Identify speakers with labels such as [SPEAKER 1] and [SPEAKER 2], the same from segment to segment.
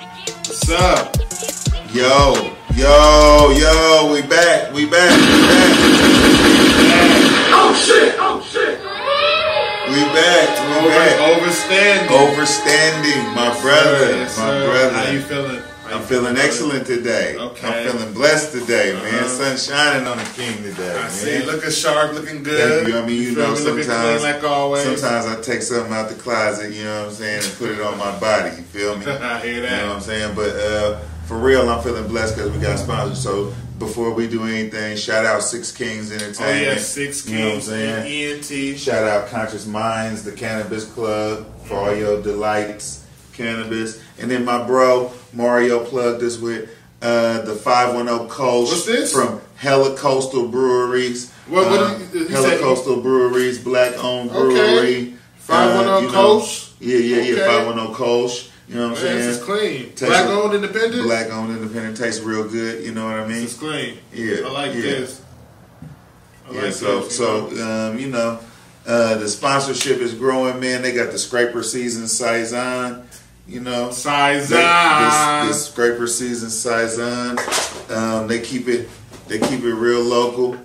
[SPEAKER 1] What's up? Yo, yo, yo, we back, we back, we back,
[SPEAKER 2] Oh shit! Oh shit!
[SPEAKER 1] we back, we back.
[SPEAKER 2] Over, overstand.
[SPEAKER 1] Overstanding, my brother,
[SPEAKER 2] Yes,
[SPEAKER 1] my
[SPEAKER 2] sir.
[SPEAKER 1] brother.
[SPEAKER 2] How you feeling? How you
[SPEAKER 1] I'm feeling excellent today.
[SPEAKER 2] Okay.
[SPEAKER 1] I'm feeling blessed today, man.
[SPEAKER 2] Uh-huh.
[SPEAKER 1] Sun shining on the king today,
[SPEAKER 2] I
[SPEAKER 1] man.
[SPEAKER 2] see. Looking sharp. Looking good.
[SPEAKER 1] Thank you. I mean, you,
[SPEAKER 2] feel
[SPEAKER 1] know,
[SPEAKER 2] me? Looking clean
[SPEAKER 1] sometimes,
[SPEAKER 2] like always.
[SPEAKER 1] sometimes I take something out the closet, you know what I'm saying, and put it on my body. You feel me?
[SPEAKER 2] I hear
[SPEAKER 1] You
[SPEAKER 2] that.
[SPEAKER 1] know what I'm saying? But uh, for real, I'm feeling blessed because we got sponsors. So before we do anything, shout out Six Kings Entertainment.
[SPEAKER 2] Oh yeah, six E
[SPEAKER 1] You know what I'm
[SPEAKER 2] kings.
[SPEAKER 1] saying?
[SPEAKER 2] ENT.
[SPEAKER 1] Shout out Conscious Minds, the Cannabis Club, for all your delights, cannabis. And then my bro, Mario, plugged us with uh, the 510 Coast
[SPEAKER 2] What's this?
[SPEAKER 1] from Helicoastal Breweries.
[SPEAKER 2] What- what
[SPEAKER 1] Um,
[SPEAKER 2] did he- he said-
[SPEAKER 1] Helicoastal Breweries, black owned brewery.
[SPEAKER 2] Okay.
[SPEAKER 1] Uh,
[SPEAKER 2] 510
[SPEAKER 1] you know,
[SPEAKER 2] Coast.
[SPEAKER 1] yeah, yeah, yeah,
[SPEAKER 2] Okay.
[SPEAKER 1] 510 Coast. You know what I'm
[SPEAKER 2] Man, this
[SPEAKER 1] saying?
[SPEAKER 2] is clean.
[SPEAKER 1] Taste
[SPEAKER 2] Black
[SPEAKER 1] it.
[SPEAKER 2] owned independent.
[SPEAKER 1] Black owned independent tastes real good, you know what I mean?
[SPEAKER 2] This is clean.
[SPEAKER 1] Yeah,
[SPEAKER 2] I like
[SPEAKER 1] yeah.
[SPEAKER 2] this. I
[SPEAKER 1] Yeah,
[SPEAKER 2] like
[SPEAKER 1] so
[SPEAKER 2] this, you know.
[SPEAKER 1] so um, you know, uh, the sponsorship is growing, man. They got the scraper season saison, you know.
[SPEAKER 2] size
[SPEAKER 1] They,
[SPEAKER 2] up.
[SPEAKER 1] this, this scraper season saison, um, they keep it they keep it real local,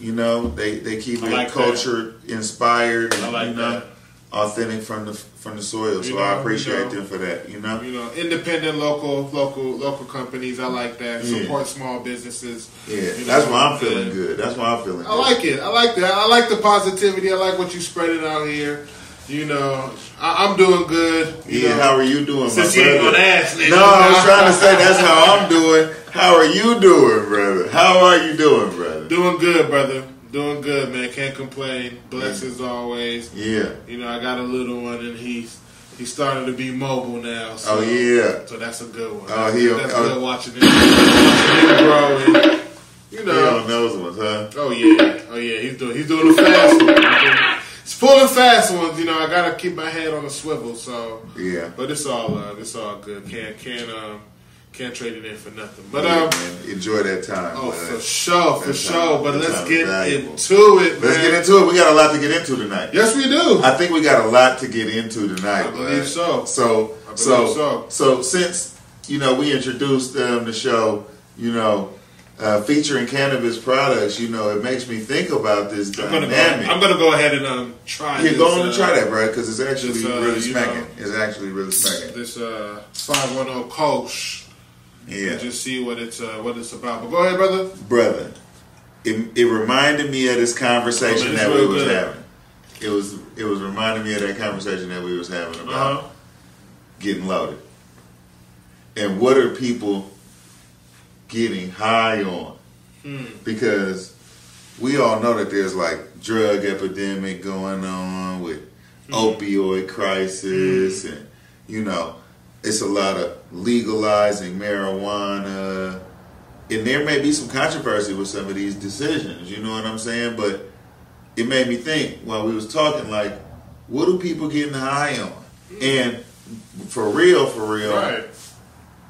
[SPEAKER 1] you know. They they keep
[SPEAKER 2] I
[SPEAKER 1] it
[SPEAKER 2] like that.
[SPEAKER 1] culture inspired,
[SPEAKER 2] I like
[SPEAKER 1] you know,
[SPEAKER 2] that.
[SPEAKER 1] authentic from the from the soil. so
[SPEAKER 2] You know,
[SPEAKER 1] I
[SPEAKER 2] you
[SPEAKER 1] appreciate
[SPEAKER 2] know.
[SPEAKER 1] them for that, you know.
[SPEAKER 2] you know, independent, local, local, local companies. I like that.
[SPEAKER 1] Yeah.
[SPEAKER 2] Support small businesses.
[SPEAKER 1] Yeah,
[SPEAKER 2] You
[SPEAKER 1] that's
[SPEAKER 2] know,
[SPEAKER 1] why I'm feeling
[SPEAKER 2] and-
[SPEAKER 1] good. That's why I'm feeling.
[SPEAKER 2] I
[SPEAKER 1] good.
[SPEAKER 2] like it. I like that. I like the positivity. I like what you spreading out here. You know, I, I'm doing good. You
[SPEAKER 1] Yeah,
[SPEAKER 2] know,
[SPEAKER 1] how are you doing,
[SPEAKER 2] since
[SPEAKER 1] my
[SPEAKER 2] you ain't
[SPEAKER 1] brother?
[SPEAKER 2] gonna ask, nigga.
[SPEAKER 1] No, I was trying to say that's how I'm doing. How are you doing, brother? How are you doing, brother?
[SPEAKER 2] doing good, brother. Doing good, man. Can't complain. Blessed as always.
[SPEAKER 1] Yeah.
[SPEAKER 2] You know, I got a little one, and he's he's starting to be mobile now. So,
[SPEAKER 1] Oh yeah.
[SPEAKER 2] So that's a good one.
[SPEAKER 1] Oh, he-
[SPEAKER 2] that's
[SPEAKER 1] oh.
[SPEAKER 2] good watching him, watching him grow. And, you
[SPEAKER 1] He
[SPEAKER 2] know,
[SPEAKER 1] on those ones, huh?
[SPEAKER 2] Oh yeah, oh yeah, he's doing he's doing the fast one. He's doing- He's pulling fast ones, you know. I gotta keep my head on a swivel, so.
[SPEAKER 1] Yeah.
[SPEAKER 2] But it's all love, it's all good. Can't can't um can't trade it in for nothing. But
[SPEAKER 1] Yeah,
[SPEAKER 2] um,
[SPEAKER 1] man. enjoy that time.
[SPEAKER 2] oh
[SPEAKER 1] brother.
[SPEAKER 2] for sure, for
[SPEAKER 1] That's
[SPEAKER 2] sure.
[SPEAKER 1] how-
[SPEAKER 2] But
[SPEAKER 1] that's
[SPEAKER 2] let's
[SPEAKER 1] how
[SPEAKER 2] get
[SPEAKER 1] valuable.
[SPEAKER 2] into it, man.
[SPEAKER 1] Let's get into it. We got a lot to get into tonight.
[SPEAKER 2] Yes, we do.
[SPEAKER 1] I think we got a lot to get into tonight.
[SPEAKER 2] I believe
[SPEAKER 1] bud.
[SPEAKER 2] so.
[SPEAKER 1] So,
[SPEAKER 2] I believe
[SPEAKER 1] so,
[SPEAKER 2] so.
[SPEAKER 1] so, since you know we introduced um, the show, you know, uh, featuring cannabis products, you know, it makes me think about this
[SPEAKER 2] I'm gonna
[SPEAKER 1] dynamic.
[SPEAKER 2] go, I'm gonna go ahead and um try.
[SPEAKER 1] Yeah,
[SPEAKER 2] this,
[SPEAKER 1] go on and
[SPEAKER 2] uh,
[SPEAKER 1] try that, bro, because it's actually
[SPEAKER 2] this, uh,
[SPEAKER 1] really
[SPEAKER 2] you
[SPEAKER 1] smacking.
[SPEAKER 2] know.
[SPEAKER 1] It's actually really smacking.
[SPEAKER 2] This uh five one zero coach.
[SPEAKER 1] Yeah,
[SPEAKER 2] And just see what it's uh, what it's about. But go ahead, brother.
[SPEAKER 1] brother, it, it reminded me of this conversation
[SPEAKER 2] Oh, man, it's
[SPEAKER 1] that we
[SPEAKER 2] real
[SPEAKER 1] was
[SPEAKER 2] good.
[SPEAKER 1] having. It was it was reminding me of that conversation that we was having about
[SPEAKER 2] Uh huh.
[SPEAKER 1] getting loaded. And what are people getting high on? Because we all know that there's like drug epidemic going on with opioid crisis and you know it's a lot of legalizing marijuana and there may be some controversy with some of these decisions you know what i'm saying but it made me think while we was talking like what do people getting high on and for real for real
[SPEAKER 2] Right.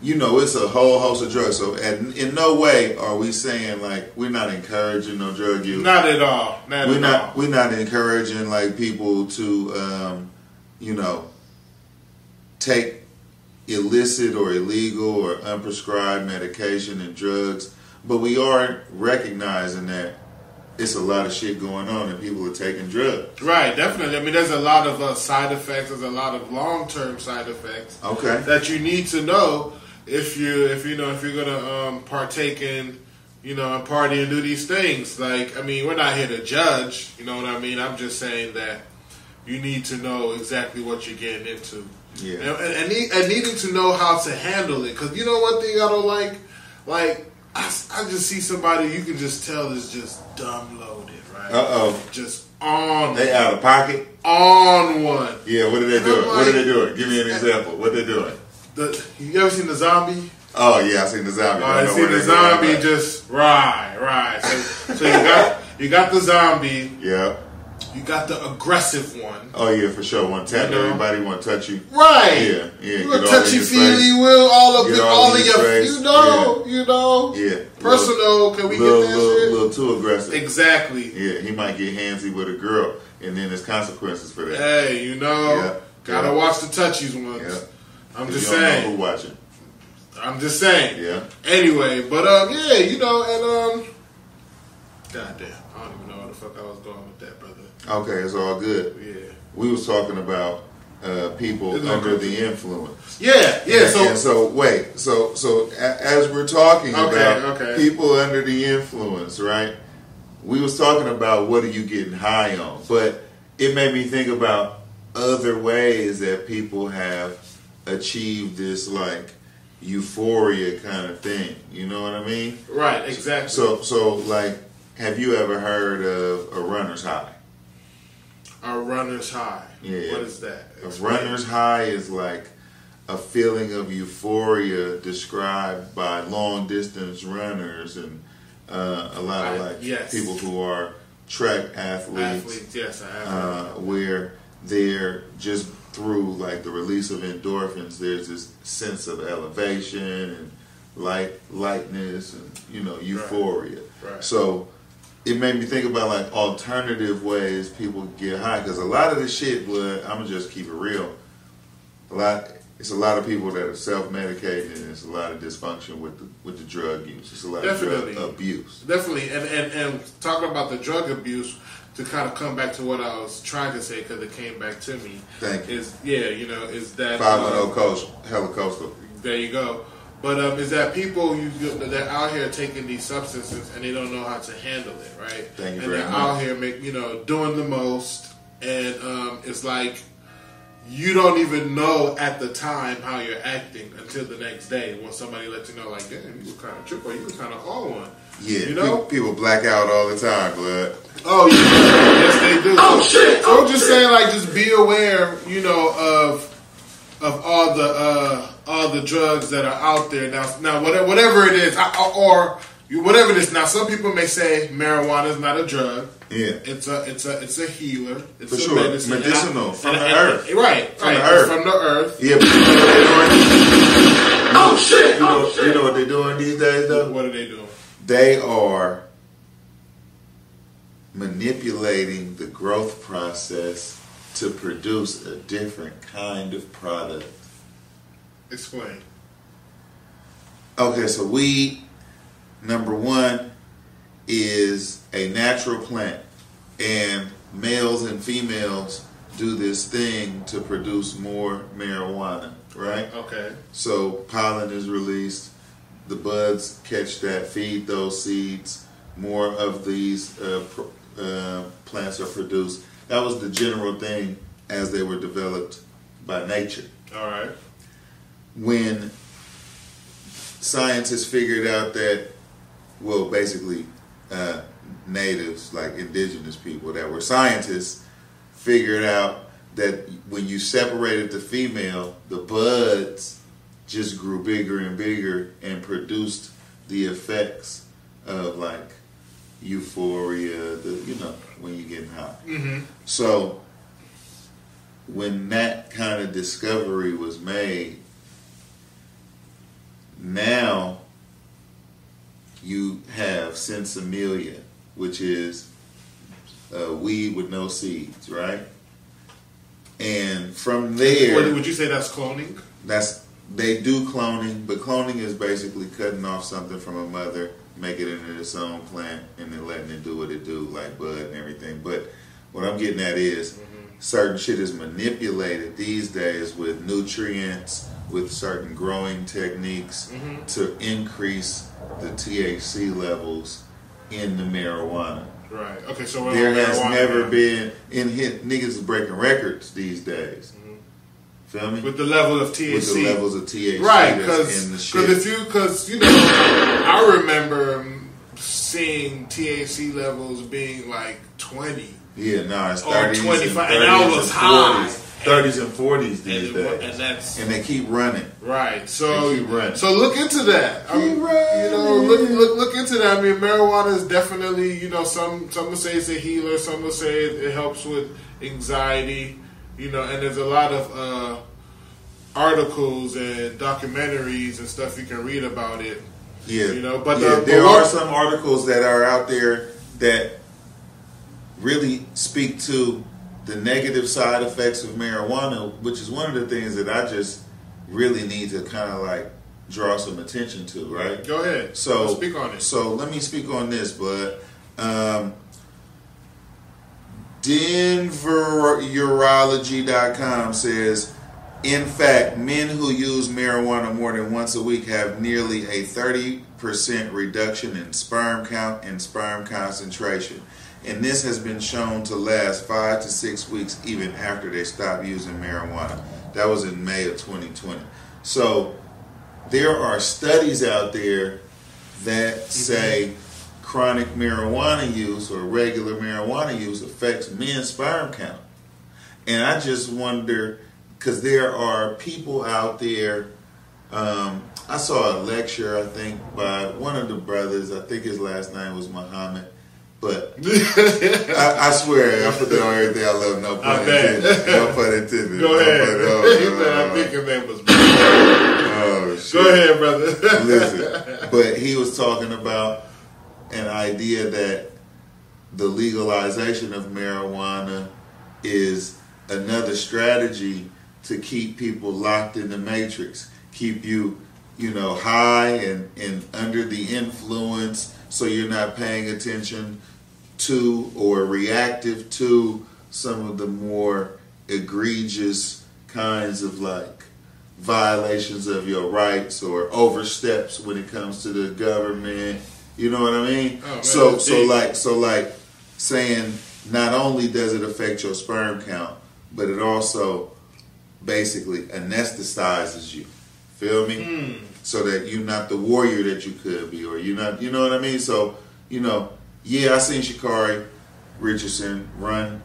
[SPEAKER 1] you know, it's a whole host of drugs. So, and in no way are we saying like we're not encouraging no drug use.
[SPEAKER 2] Not at all. Not
[SPEAKER 1] we're
[SPEAKER 2] at
[SPEAKER 1] not.
[SPEAKER 2] all.
[SPEAKER 1] We're not encouraging like people to, um, you know, take illicit or illegal or unprescribed medication and drugs. But we are recognizing that it's a lot of shit going on and people are taking drugs.
[SPEAKER 2] Right, definitely. I mean, there's a lot of uh, side effects. There's a lot of long-term side effects
[SPEAKER 1] Okay.
[SPEAKER 2] that you need to know if you if you know if you're gonna um, partake in you know and party and do these things. Like, I mean, we're not here to judge. You know what I mean? I'm just saying that you need to know exactly what you're getting into.
[SPEAKER 1] Yeah.
[SPEAKER 2] and, and, and, need, and needing to know how to handle it. Because you know one thing I don't like, like I, s- I just see somebody you can just tell is just dumb loaded, right?
[SPEAKER 1] Uh oh.
[SPEAKER 2] Just on
[SPEAKER 1] They out of pocket.
[SPEAKER 2] on one.
[SPEAKER 1] Yeah. What are they
[SPEAKER 2] I'm
[SPEAKER 1] doing? What are
[SPEAKER 2] like-
[SPEAKER 1] they doing? Give me an example. What they doing?
[SPEAKER 2] The, you ever seen the zombie?
[SPEAKER 1] Oh yeah, I seen the zombie.
[SPEAKER 2] I
[SPEAKER 1] don't know
[SPEAKER 2] see
[SPEAKER 1] where
[SPEAKER 2] the
[SPEAKER 1] they going,
[SPEAKER 2] zombie
[SPEAKER 1] but-
[SPEAKER 2] just ride, ride. So, so you got you got the zombie,
[SPEAKER 1] Yeah.
[SPEAKER 2] you got the aggressive one.
[SPEAKER 1] Oh yeah, for sure. Want to tap
[SPEAKER 2] You know?
[SPEAKER 1] everybody? Want to touch you?
[SPEAKER 2] Right.
[SPEAKER 1] Yeah, yeah,
[SPEAKER 2] You a
[SPEAKER 1] get all in
[SPEAKER 2] touchy
[SPEAKER 1] your
[SPEAKER 2] feely
[SPEAKER 1] face.
[SPEAKER 2] will all up
[SPEAKER 1] Get
[SPEAKER 2] in
[SPEAKER 1] all
[SPEAKER 2] all
[SPEAKER 1] in
[SPEAKER 2] of
[SPEAKER 1] your
[SPEAKER 2] your
[SPEAKER 1] face.
[SPEAKER 2] you know, you know.
[SPEAKER 1] Yeah.
[SPEAKER 2] Personal, can we
[SPEAKER 1] little,
[SPEAKER 2] get that
[SPEAKER 1] little,
[SPEAKER 2] shit?
[SPEAKER 1] little too aggressive.
[SPEAKER 2] Exactly.
[SPEAKER 1] Yeah, he might get handsy with a girl, and then there's consequences for that.
[SPEAKER 2] Hey, you know,
[SPEAKER 1] Yeah,
[SPEAKER 2] gotta
[SPEAKER 1] yeah.
[SPEAKER 2] watch the touchies ones.
[SPEAKER 1] Yeah.
[SPEAKER 2] I'm
[SPEAKER 1] You
[SPEAKER 2] just
[SPEAKER 1] don't know
[SPEAKER 2] saying.
[SPEAKER 1] who watching.
[SPEAKER 2] I'm just saying.
[SPEAKER 1] Yeah.
[SPEAKER 2] Anyway, but um, yeah, you know, and um, goddamn, I don't even know what the fuck I was going with that, brother.
[SPEAKER 1] Okay, it's all good.
[SPEAKER 2] Yeah.
[SPEAKER 1] We was talking about uh, people
[SPEAKER 2] It's all
[SPEAKER 1] under
[SPEAKER 2] good.
[SPEAKER 1] the influence.
[SPEAKER 2] Yeah. Yeah.
[SPEAKER 1] And-
[SPEAKER 2] So
[SPEAKER 1] and so wait, so so a- as we're talking
[SPEAKER 2] Okay,
[SPEAKER 1] about
[SPEAKER 2] okay.
[SPEAKER 1] people under the influence, right? We was talking about what are you getting high on, but it made me think about other ways that people have achieved this like euphoria kind of thing. You know what I mean?
[SPEAKER 2] right, exactly.
[SPEAKER 1] So so like, have you ever heard of a runner's high?
[SPEAKER 2] a runner's high.
[SPEAKER 1] Yeah.
[SPEAKER 2] What is that?
[SPEAKER 1] A
[SPEAKER 2] Explain.
[SPEAKER 1] runner's high is like a feeling of euphoria described by long distance runners and uh, a lot of
[SPEAKER 2] I-
[SPEAKER 1] like
[SPEAKER 2] yes.
[SPEAKER 1] people who are track athletes,
[SPEAKER 2] Athletes, yes, I have.
[SPEAKER 1] uh, where they're just through like the release of endorphins. There's this sense of elevation and light lightness and you know euphoria.
[SPEAKER 2] Right.
[SPEAKER 1] So it made me think about like alternative ways people get high because a lot of the shit, blood. I'm gonna just keep it real. A lot. It's a lot of people that are self-medicating, and it's a lot of dysfunction with the with the drug use. It's a lot
[SPEAKER 2] Definitely.
[SPEAKER 1] of drug abuse.
[SPEAKER 2] Definitely, and, and and talking about the drug abuse to kind of come back to what I was trying to say because it came back to me.
[SPEAKER 1] Thank you.
[SPEAKER 2] Is yeah, you know, is that
[SPEAKER 1] Five oh
[SPEAKER 2] um,
[SPEAKER 1] hundred coach, helicopter.
[SPEAKER 2] There you go. But um, is that people you they're out here taking these substances and they don't know how to handle it, right?
[SPEAKER 1] Thank you
[SPEAKER 2] and
[SPEAKER 1] very
[SPEAKER 2] they're
[SPEAKER 1] much.
[SPEAKER 2] out here make you know doing the most, and um, it's like you don't even know at the time how you're acting until the next day when somebody lets you know, like, damn, you were kind of tripping, you were kind of on one.
[SPEAKER 1] Yeah,
[SPEAKER 2] you know.
[SPEAKER 1] pe- people black out all the time, blood.
[SPEAKER 2] Oh, yeah. yes, they do.
[SPEAKER 3] Oh, shit.
[SPEAKER 2] So I'm just saying, like, just be aware, you know, of of all the uh, all the drugs that are out there now. Now, whatever, whatever it is, I- I- or you- whatever it is. Now, some people may say marijuana is not a drug.
[SPEAKER 1] Yeah.
[SPEAKER 2] It's a it's a it's a healer. It's
[SPEAKER 1] For
[SPEAKER 2] a
[SPEAKER 1] sure.
[SPEAKER 2] medicine. And I-
[SPEAKER 1] Medicinal, from
[SPEAKER 2] and-
[SPEAKER 1] the
[SPEAKER 2] and-
[SPEAKER 1] earth.
[SPEAKER 2] right?
[SPEAKER 1] From the
[SPEAKER 2] right,
[SPEAKER 1] earth.
[SPEAKER 2] from the earth.
[SPEAKER 1] Yeah, but you know what they're doing?
[SPEAKER 3] Oh shit!
[SPEAKER 1] You know,
[SPEAKER 3] Oh shit!
[SPEAKER 1] you know what they're doing these days, though?
[SPEAKER 2] What are they doing?
[SPEAKER 1] They are manipulating the growth process to produce a different kind of product.
[SPEAKER 2] Explain.
[SPEAKER 1] Okay, so weed, number one, is a natural plant. And males and females do this thing to produce more marijuana, right?
[SPEAKER 2] Okay.
[SPEAKER 1] So pollen is released. The buds catch that, feed those seeds. More of these uh, pr- uh, plants are produced. That was the general thing as they were developed by nature.
[SPEAKER 2] All right.
[SPEAKER 1] When scientists figured out that, well, basically, uh, natives, like indigenous people that were scientists, figured out that when you separated the female, the buds just grew bigger and bigger and produced the effects of like euphoria, the you know when you're getting high. So when that kind of discovery was made, now you have sensimelia, which is uh, weed with no seeds, right? And from there,
[SPEAKER 2] Would, would you say that's cloning?
[SPEAKER 1] that's they do cloning, but cloning is basically cutting off something from a mother, making it into its own plant, and then letting it do what it do, like bud and everything. But what I'm getting at is certain shit is manipulated these days with nutrients, with certain growing techniques to increase the THC levels in the marijuana.
[SPEAKER 2] Right. Okay. So we're on
[SPEAKER 1] There has
[SPEAKER 2] marijuana
[SPEAKER 1] never
[SPEAKER 2] now.
[SPEAKER 1] been in hit niggas is breaking records these days. Feel me?
[SPEAKER 2] with the level of THC.
[SPEAKER 1] with the levels of THC
[SPEAKER 2] right
[SPEAKER 1] that's in the
[SPEAKER 2] because
[SPEAKER 1] shit.
[SPEAKER 2] if you because you know i remember seeing thc levels being like 20
[SPEAKER 1] yeah, nah, it's
[SPEAKER 2] or
[SPEAKER 1] 30s
[SPEAKER 2] 25 and
[SPEAKER 1] and 30s
[SPEAKER 2] I
[SPEAKER 1] and
[SPEAKER 2] was
[SPEAKER 1] 40s,
[SPEAKER 2] high.
[SPEAKER 1] 30s and 40s these
[SPEAKER 2] and,
[SPEAKER 1] days.
[SPEAKER 2] and that's
[SPEAKER 1] and they keep running.
[SPEAKER 2] right so
[SPEAKER 1] Keep running.
[SPEAKER 2] so look into that I mean,
[SPEAKER 1] Keep
[SPEAKER 2] you
[SPEAKER 1] running.
[SPEAKER 2] know look, look look into that i mean marijuana is definitely you know some some will say it's a healer some will say it, it helps with anxiety you know and there's a lot of uh articles and documentaries and stuff you can read about it
[SPEAKER 1] Yeah,
[SPEAKER 2] You know, but
[SPEAKER 1] yeah,
[SPEAKER 2] the-
[SPEAKER 1] there
[SPEAKER 2] but
[SPEAKER 1] are
[SPEAKER 2] what-
[SPEAKER 1] some articles that are out there that really speak to the negative side effects of marijuana, which is one of the things that I just really need to kind of like draw some attention to, right?
[SPEAKER 2] Go ahead.
[SPEAKER 1] So
[SPEAKER 2] speak on it.
[SPEAKER 1] So let me speak on this, but um, DenverUrology.com says, in fact, men who use marijuana more than once a week have nearly a 30% reduction in sperm count and sperm concentration. And this has been shown to last five to six weeks even after they stop using marijuana. That was in May of 2020. So there are studies out there that say chronic marijuana use or regular marijuana use affects men's sperm count. And I just wonder because there are people out there. Um, I saw a lecture, I think, by one of the brothers. I think his last name was Muhammad. But I, I swear, I put that on everything I love. No
[SPEAKER 2] I
[SPEAKER 1] pun
[SPEAKER 2] bet.
[SPEAKER 1] intended. No pun intended.
[SPEAKER 2] Go
[SPEAKER 1] No
[SPEAKER 2] ahead.
[SPEAKER 1] pun- oh,
[SPEAKER 2] He
[SPEAKER 1] oh,
[SPEAKER 2] said,
[SPEAKER 1] oh,
[SPEAKER 2] I think your name was. Go
[SPEAKER 1] oh, shit.
[SPEAKER 2] ahead, brother.
[SPEAKER 1] Listen, but he was talking about an idea that the legalization of marijuana is another strategy to keep people locked in the matrix, keep you, you know, high and, and under the influence so you're not paying attention to or reactive to some of the more egregious kinds of like violations of your rights or oversteps when it comes to the government. You know what I mean?
[SPEAKER 2] Oh, man,
[SPEAKER 1] so
[SPEAKER 2] that's
[SPEAKER 1] so
[SPEAKER 2] deep.
[SPEAKER 1] like so like saying not only does it affect your sperm count, but it also basically anesthetizes you. Feel me?
[SPEAKER 2] Hmm.
[SPEAKER 1] So that you're not the warrior that you could be, or you're not, you know what I mean? So, you know, yeah, I seen Shikari Richardson run,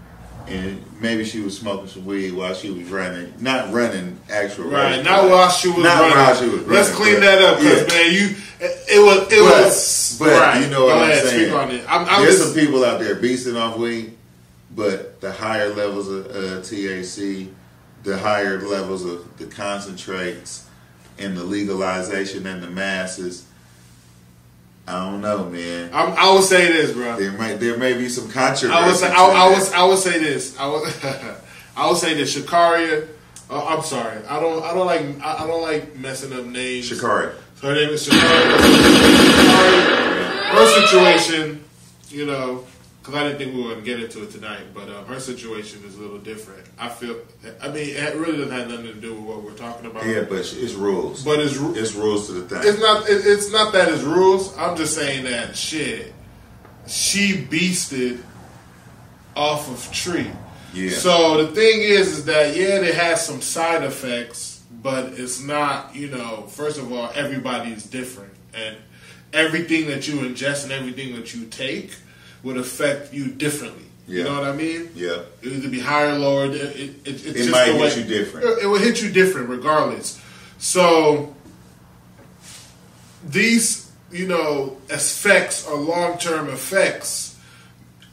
[SPEAKER 1] and maybe she was smoking some weed while she was running. Not running, actual
[SPEAKER 2] Right,
[SPEAKER 1] running.
[SPEAKER 2] not while she was
[SPEAKER 1] Not
[SPEAKER 2] running.
[SPEAKER 1] while she was
[SPEAKER 2] Let's
[SPEAKER 1] running,
[SPEAKER 2] clean
[SPEAKER 1] but-
[SPEAKER 2] that up, because
[SPEAKER 1] yeah.
[SPEAKER 2] man, you it was it
[SPEAKER 1] But-
[SPEAKER 2] was.
[SPEAKER 1] but you know what
[SPEAKER 2] Go
[SPEAKER 1] I'm
[SPEAKER 2] ahead, Speak
[SPEAKER 1] saying.
[SPEAKER 2] on it. I'm, I'm
[SPEAKER 1] There's
[SPEAKER 2] just
[SPEAKER 1] some people out there beasting off weed, but the higher levels of uh, THC, the higher levels of the concentrates, and the legalization and the masses. I don't know, man.
[SPEAKER 2] I'm, I would say this, bro.
[SPEAKER 1] There might there may be some controversy.
[SPEAKER 2] I would say
[SPEAKER 1] to
[SPEAKER 2] I, I
[SPEAKER 1] that.
[SPEAKER 2] would I would say this. I would I would say this. Shakaria. Uh, I'm sorry. I don't I don't like I, I don't like messing up names.
[SPEAKER 1] Shikari.
[SPEAKER 2] Her name is Shakaria. Her situation, you know, because I didn't think we were going to get into it tonight, but um, her situation is a little different. I feel. I mean, it really doesn't have nothing to do with what we're talking about.
[SPEAKER 1] Yeah, but sh- it's rules.
[SPEAKER 2] But it's ru-
[SPEAKER 1] it's rules to the thing.
[SPEAKER 2] it's not it, it's not that it's rules. I'm just saying that shit. She beasted off of tree.
[SPEAKER 1] Yeah.
[SPEAKER 2] So the thing is, is that yeah, it has some side effects, but it's not. You know, first of all, everybody is different, and everything that you ingest and everything that you take would affect you differently. You
[SPEAKER 1] Yeah.
[SPEAKER 2] know what I mean?
[SPEAKER 1] yeah.
[SPEAKER 2] It would either be higher or lower. It, it, it, it's just
[SPEAKER 1] might
[SPEAKER 2] the
[SPEAKER 1] hit
[SPEAKER 2] way-
[SPEAKER 1] you different.
[SPEAKER 2] It, it will hit you different regardless. So these, you know, effects or long term effects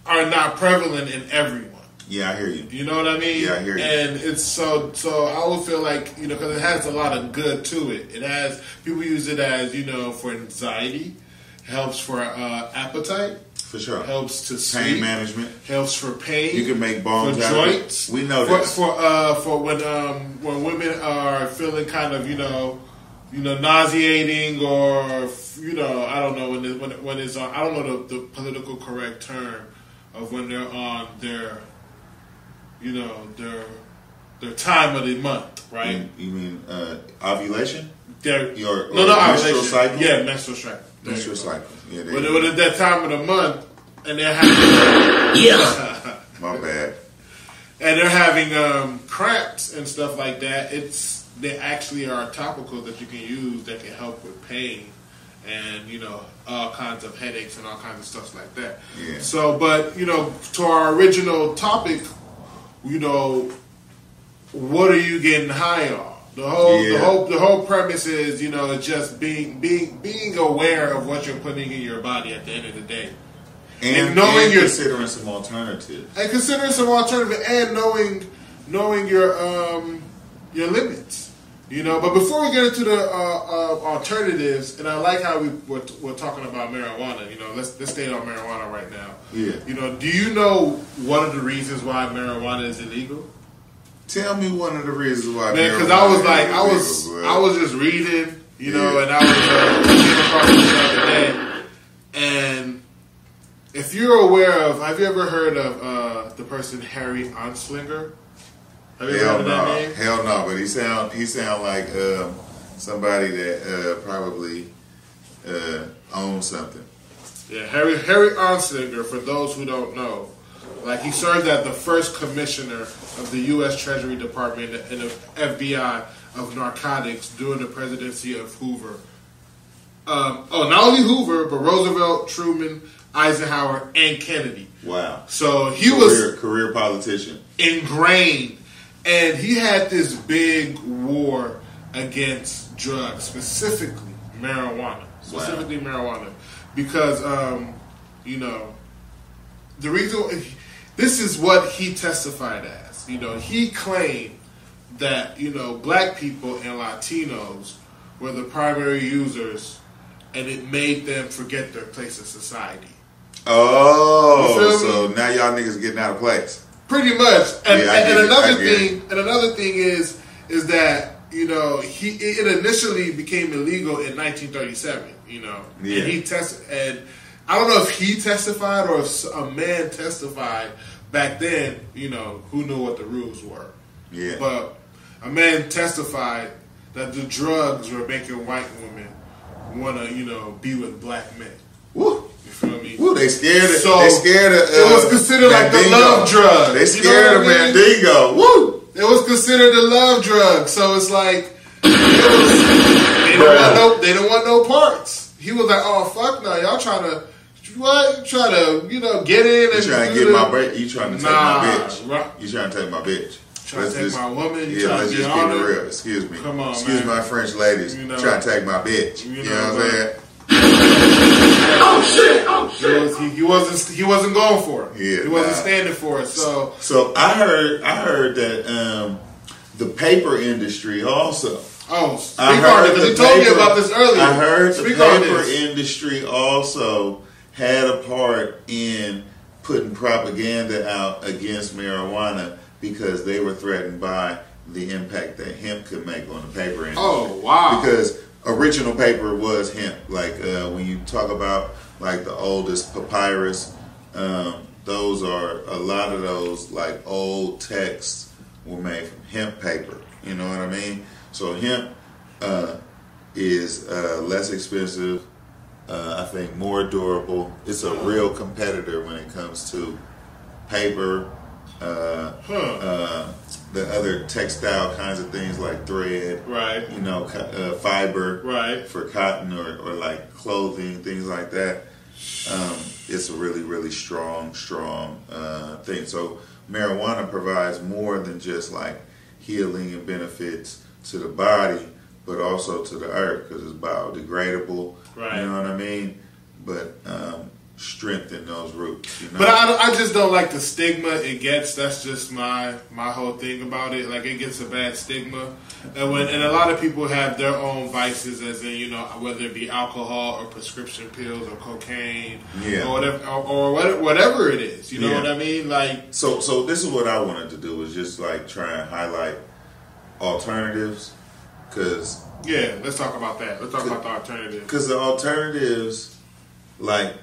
[SPEAKER 2] are not prevalent in everyone.
[SPEAKER 1] Yeah, I hear you.
[SPEAKER 2] You know what I mean?
[SPEAKER 1] Yeah, I hear you.
[SPEAKER 2] And it's so so. I would feel like you know because it has a lot of good to it. It has people use it as you know for anxiety, helps for uh, appetite,
[SPEAKER 1] For sure.
[SPEAKER 2] helps to sleep,
[SPEAKER 1] Pain management.
[SPEAKER 2] helps for pain.
[SPEAKER 1] You can make bones
[SPEAKER 2] for
[SPEAKER 1] out of it.
[SPEAKER 2] joints.
[SPEAKER 1] We know
[SPEAKER 2] for,
[SPEAKER 1] this.
[SPEAKER 2] for uh for when um when women are feeling kind of you know you know nauseating or you know I don't know when it, when it, when it's on I don't know the, the political correct term of when they're on their you know their their time of the month right
[SPEAKER 1] You, you mean uh, ovulation?
[SPEAKER 2] their
[SPEAKER 1] Your-
[SPEAKER 2] no
[SPEAKER 1] or
[SPEAKER 2] no I
[SPEAKER 1] menstrual
[SPEAKER 2] relation-
[SPEAKER 1] cycle?
[SPEAKER 2] yeah menstrual cycle There
[SPEAKER 1] Menstrual
[SPEAKER 2] you go.
[SPEAKER 1] cycle. Yeah, there
[SPEAKER 2] when,
[SPEAKER 1] you
[SPEAKER 2] when
[SPEAKER 1] go.
[SPEAKER 2] it's that time of the month and they're having
[SPEAKER 3] Yeah.
[SPEAKER 1] My bad.
[SPEAKER 2] and they're having um, cramps and stuff like that, it's they actually are topicals that you can use that can help with pain and you know all kinds of headaches and all kinds of stuff like that.
[SPEAKER 1] Yeah.
[SPEAKER 2] So, but you know, to our original topic, you know, what are you getting high on? The whole, the
[SPEAKER 1] Yeah.
[SPEAKER 2] whole, the whole premise is you know just being being being aware of what you're putting in your body at the end of the day.
[SPEAKER 1] And,
[SPEAKER 2] And knowing
[SPEAKER 1] and
[SPEAKER 2] your-
[SPEAKER 1] considering some alternatives.
[SPEAKER 2] and considering some alternative and knowing knowing your um your limits you know but before we get into the uh, uh, alternatives and i like how we we're, we're talking about marijuana you know let's let's stay on marijuana right now
[SPEAKER 1] Yeah.
[SPEAKER 2] you know do you know what are the reasons why marijuana is illegal
[SPEAKER 1] Tell me one of the reasons why.
[SPEAKER 2] man because i was like i was i was just reading You know, and I was uh, came across this the other day, and if you're aware of, have you ever heard of uh, the person Harry Anslinger? Have you ever heard
[SPEAKER 1] Hell
[SPEAKER 2] of
[SPEAKER 1] no,
[SPEAKER 2] that name?
[SPEAKER 1] hell no. But he sound he sound like um, somebody that uh, probably uh, owns something.
[SPEAKER 2] Yeah, Harry Harry Anslinger, for those who don't know, like he served as the first commissioner of the U.S. Treasury Department and the FBI of narcotics during the presidency of Hoover. Um, oh, not only Hoover, but Roosevelt, Truman, Eisenhower, and Kennedy.
[SPEAKER 1] Wow,
[SPEAKER 2] So he
[SPEAKER 1] career,
[SPEAKER 2] was
[SPEAKER 1] career politician.
[SPEAKER 2] ingrained. And he had this big war against drugs, specifically marijuana. Specifically marijuana. Because, um, you know, the reason, this is what he testified as. You know, he claimed that, you know, black people and Latinos were the primary users and it made them forget their place in society. You
[SPEAKER 1] Oh,
[SPEAKER 2] feel
[SPEAKER 1] so now y'all niggas getting out of place.
[SPEAKER 2] Pretty much. And,
[SPEAKER 1] Yeah, I
[SPEAKER 2] and,
[SPEAKER 1] get it.
[SPEAKER 2] another
[SPEAKER 1] I get it.
[SPEAKER 2] thing, and another thing is, is that you know he it initially became illegal in 1937. You know,
[SPEAKER 1] Yeah.
[SPEAKER 2] and he test and I don't know if he testified or if s- a man testified back then. You know, who knew what the rules were?
[SPEAKER 1] Yeah.
[SPEAKER 2] But a man testified that the drugs were making white women want to you know be with black men.
[SPEAKER 1] Woo.
[SPEAKER 2] You feel me?
[SPEAKER 1] Woo, they scared of,
[SPEAKER 2] So,
[SPEAKER 1] they scared of, uh,
[SPEAKER 2] it was considered like the
[SPEAKER 1] Mandingo.
[SPEAKER 2] love drug.
[SPEAKER 1] They
[SPEAKER 2] You know what
[SPEAKER 1] scared
[SPEAKER 2] I mean?
[SPEAKER 1] of Mandingo. Woo!
[SPEAKER 2] It was considered a love drug, so it's like it was, they didn't want no they didn't want no parts. He was like, "Oh fuck no, y'all trying to what? Try to you know get in
[SPEAKER 1] You
[SPEAKER 2] and
[SPEAKER 1] trying to
[SPEAKER 2] do
[SPEAKER 1] get
[SPEAKER 2] the-
[SPEAKER 1] my break? You trying to take
[SPEAKER 2] Nah,
[SPEAKER 1] my bitch?
[SPEAKER 2] right.
[SPEAKER 1] You trying to take my bitch?
[SPEAKER 2] Trying
[SPEAKER 1] Let's
[SPEAKER 2] to take
[SPEAKER 1] just-
[SPEAKER 2] my woman? You
[SPEAKER 1] Yeah,
[SPEAKER 2] trying
[SPEAKER 1] let's
[SPEAKER 2] to
[SPEAKER 1] just
[SPEAKER 2] get
[SPEAKER 1] keep it
[SPEAKER 2] on her?
[SPEAKER 1] real. Excuse me.
[SPEAKER 2] Come on,
[SPEAKER 1] Excuse
[SPEAKER 2] man.
[SPEAKER 1] my French ladies.
[SPEAKER 2] You know.
[SPEAKER 1] trying to take my bitch. You,
[SPEAKER 2] You
[SPEAKER 1] know,
[SPEAKER 2] know,
[SPEAKER 1] what I'm
[SPEAKER 2] but-
[SPEAKER 1] saying?
[SPEAKER 3] Oh shit! Oh
[SPEAKER 2] He,
[SPEAKER 3] shit!
[SPEAKER 2] was, he, he wasn't he wasn't going for it.
[SPEAKER 1] Yeah,
[SPEAKER 2] he wasn't
[SPEAKER 1] nah.
[SPEAKER 2] standing for it. So
[SPEAKER 1] So I heard, I heard that um, the paper industry also.
[SPEAKER 2] oh, speak
[SPEAKER 1] I
[SPEAKER 2] on it
[SPEAKER 1] heard
[SPEAKER 2] because
[SPEAKER 1] the
[SPEAKER 2] he told me
[SPEAKER 1] paper-
[SPEAKER 2] about this earlier.
[SPEAKER 1] I heard the
[SPEAKER 2] speak on
[SPEAKER 1] paper
[SPEAKER 2] this.
[SPEAKER 1] industry also had a part in putting propaganda out against marijuana because they were threatened by the impact that hemp could make on the paper industry.
[SPEAKER 2] oh wow!
[SPEAKER 1] Because original paper was hemp. Like uh, when you talk about like the oldest papyrus, um, those are a lot of those like old texts were made from hemp paper. You know what I mean? So hemp uh, is uh, less expensive. Uh, I think more durable. It's a real competitor when it comes to paper. Uh,
[SPEAKER 2] huh.
[SPEAKER 1] uh, the other textile kinds of things like thread,
[SPEAKER 2] right,
[SPEAKER 1] you know, co- uh, fiber
[SPEAKER 2] right.
[SPEAKER 1] for cotton or, or like clothing, things like that. Um, it's a really, really strong, strong uh, thing. So marijuana provides more than just like healing and benefits to the body, but also to the earth because it's biodegradable.
[SPEAKER 2] Right.
[SPEAKER 1] You know what I mean? But um, strengthen those roots. You know?
[SPEAKER 2] But I, I just don't like the stigma it gets. That's just my my whole thing about it. Like it gets a bad stigma, and when and a lot of people have their own vices, as in you know whether it be alcohol or prescription pills or cocaine,
[SPEAKER 1] Yeah.
[SPEAKER 2] or whatever or, or what- whatever it is. You know
[SPEAKER 1] Yeah.
[SPEAKER 2] what I mean? Like
[SPEAKER 1] So, so this is what I wanted to do is just like try and highlight alternatives, because
[SPEAKER 2] yeah, let's talk about that. Let's talk about the alternative.
[SPEAKER 1] because the alternatives, like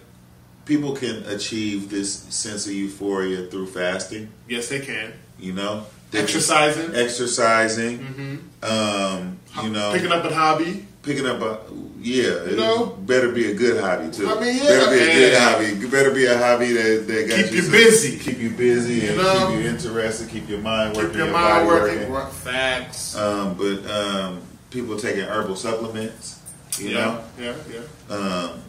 [SPEAKER 1] people can achieve this sense of euphoria through fasting.
[SPEAKER 2] Yes, they can
[SPEAKER 1] You know,
[SPEAKER 2] exercising,
[SPEAKER 1] exercising.
[SPEAKER 2] Mhm.
[SPEAKER 1] Um, you know,
[SPEAKER 2] picking up a hobby.
[SPEAKER 1] picking up a yeah, it
[SPEAKER 2] know?
[SPEAKER 1] better be a good hobby too.
[SPEAKER 2] I mean, yeah,
[SPEAKER 1] better be a good
[SPEAKER 2] and-
[SPEAKER 1] hobby. It Better be a hobby that, that got
[SPEAKER 2] Keep you
[SPEAKER 1] so-
[SPEAKER 2] busy.
[SPEAKER 1] keep you busy, and
[SPEAKER 2] know?
[SPEAKER 1] keep you interested, keep your mind working,
[SPEAKER 2] Keep your
[SPEAKER 1] body
[SPEAKER 2] mind working. work- Facts.
[SPEAKER 1] Um, but um, people taking herbal supplements, you
[SPEAKER 2] yeah, yeah, yeah.
[SPEAKER 1] know, um,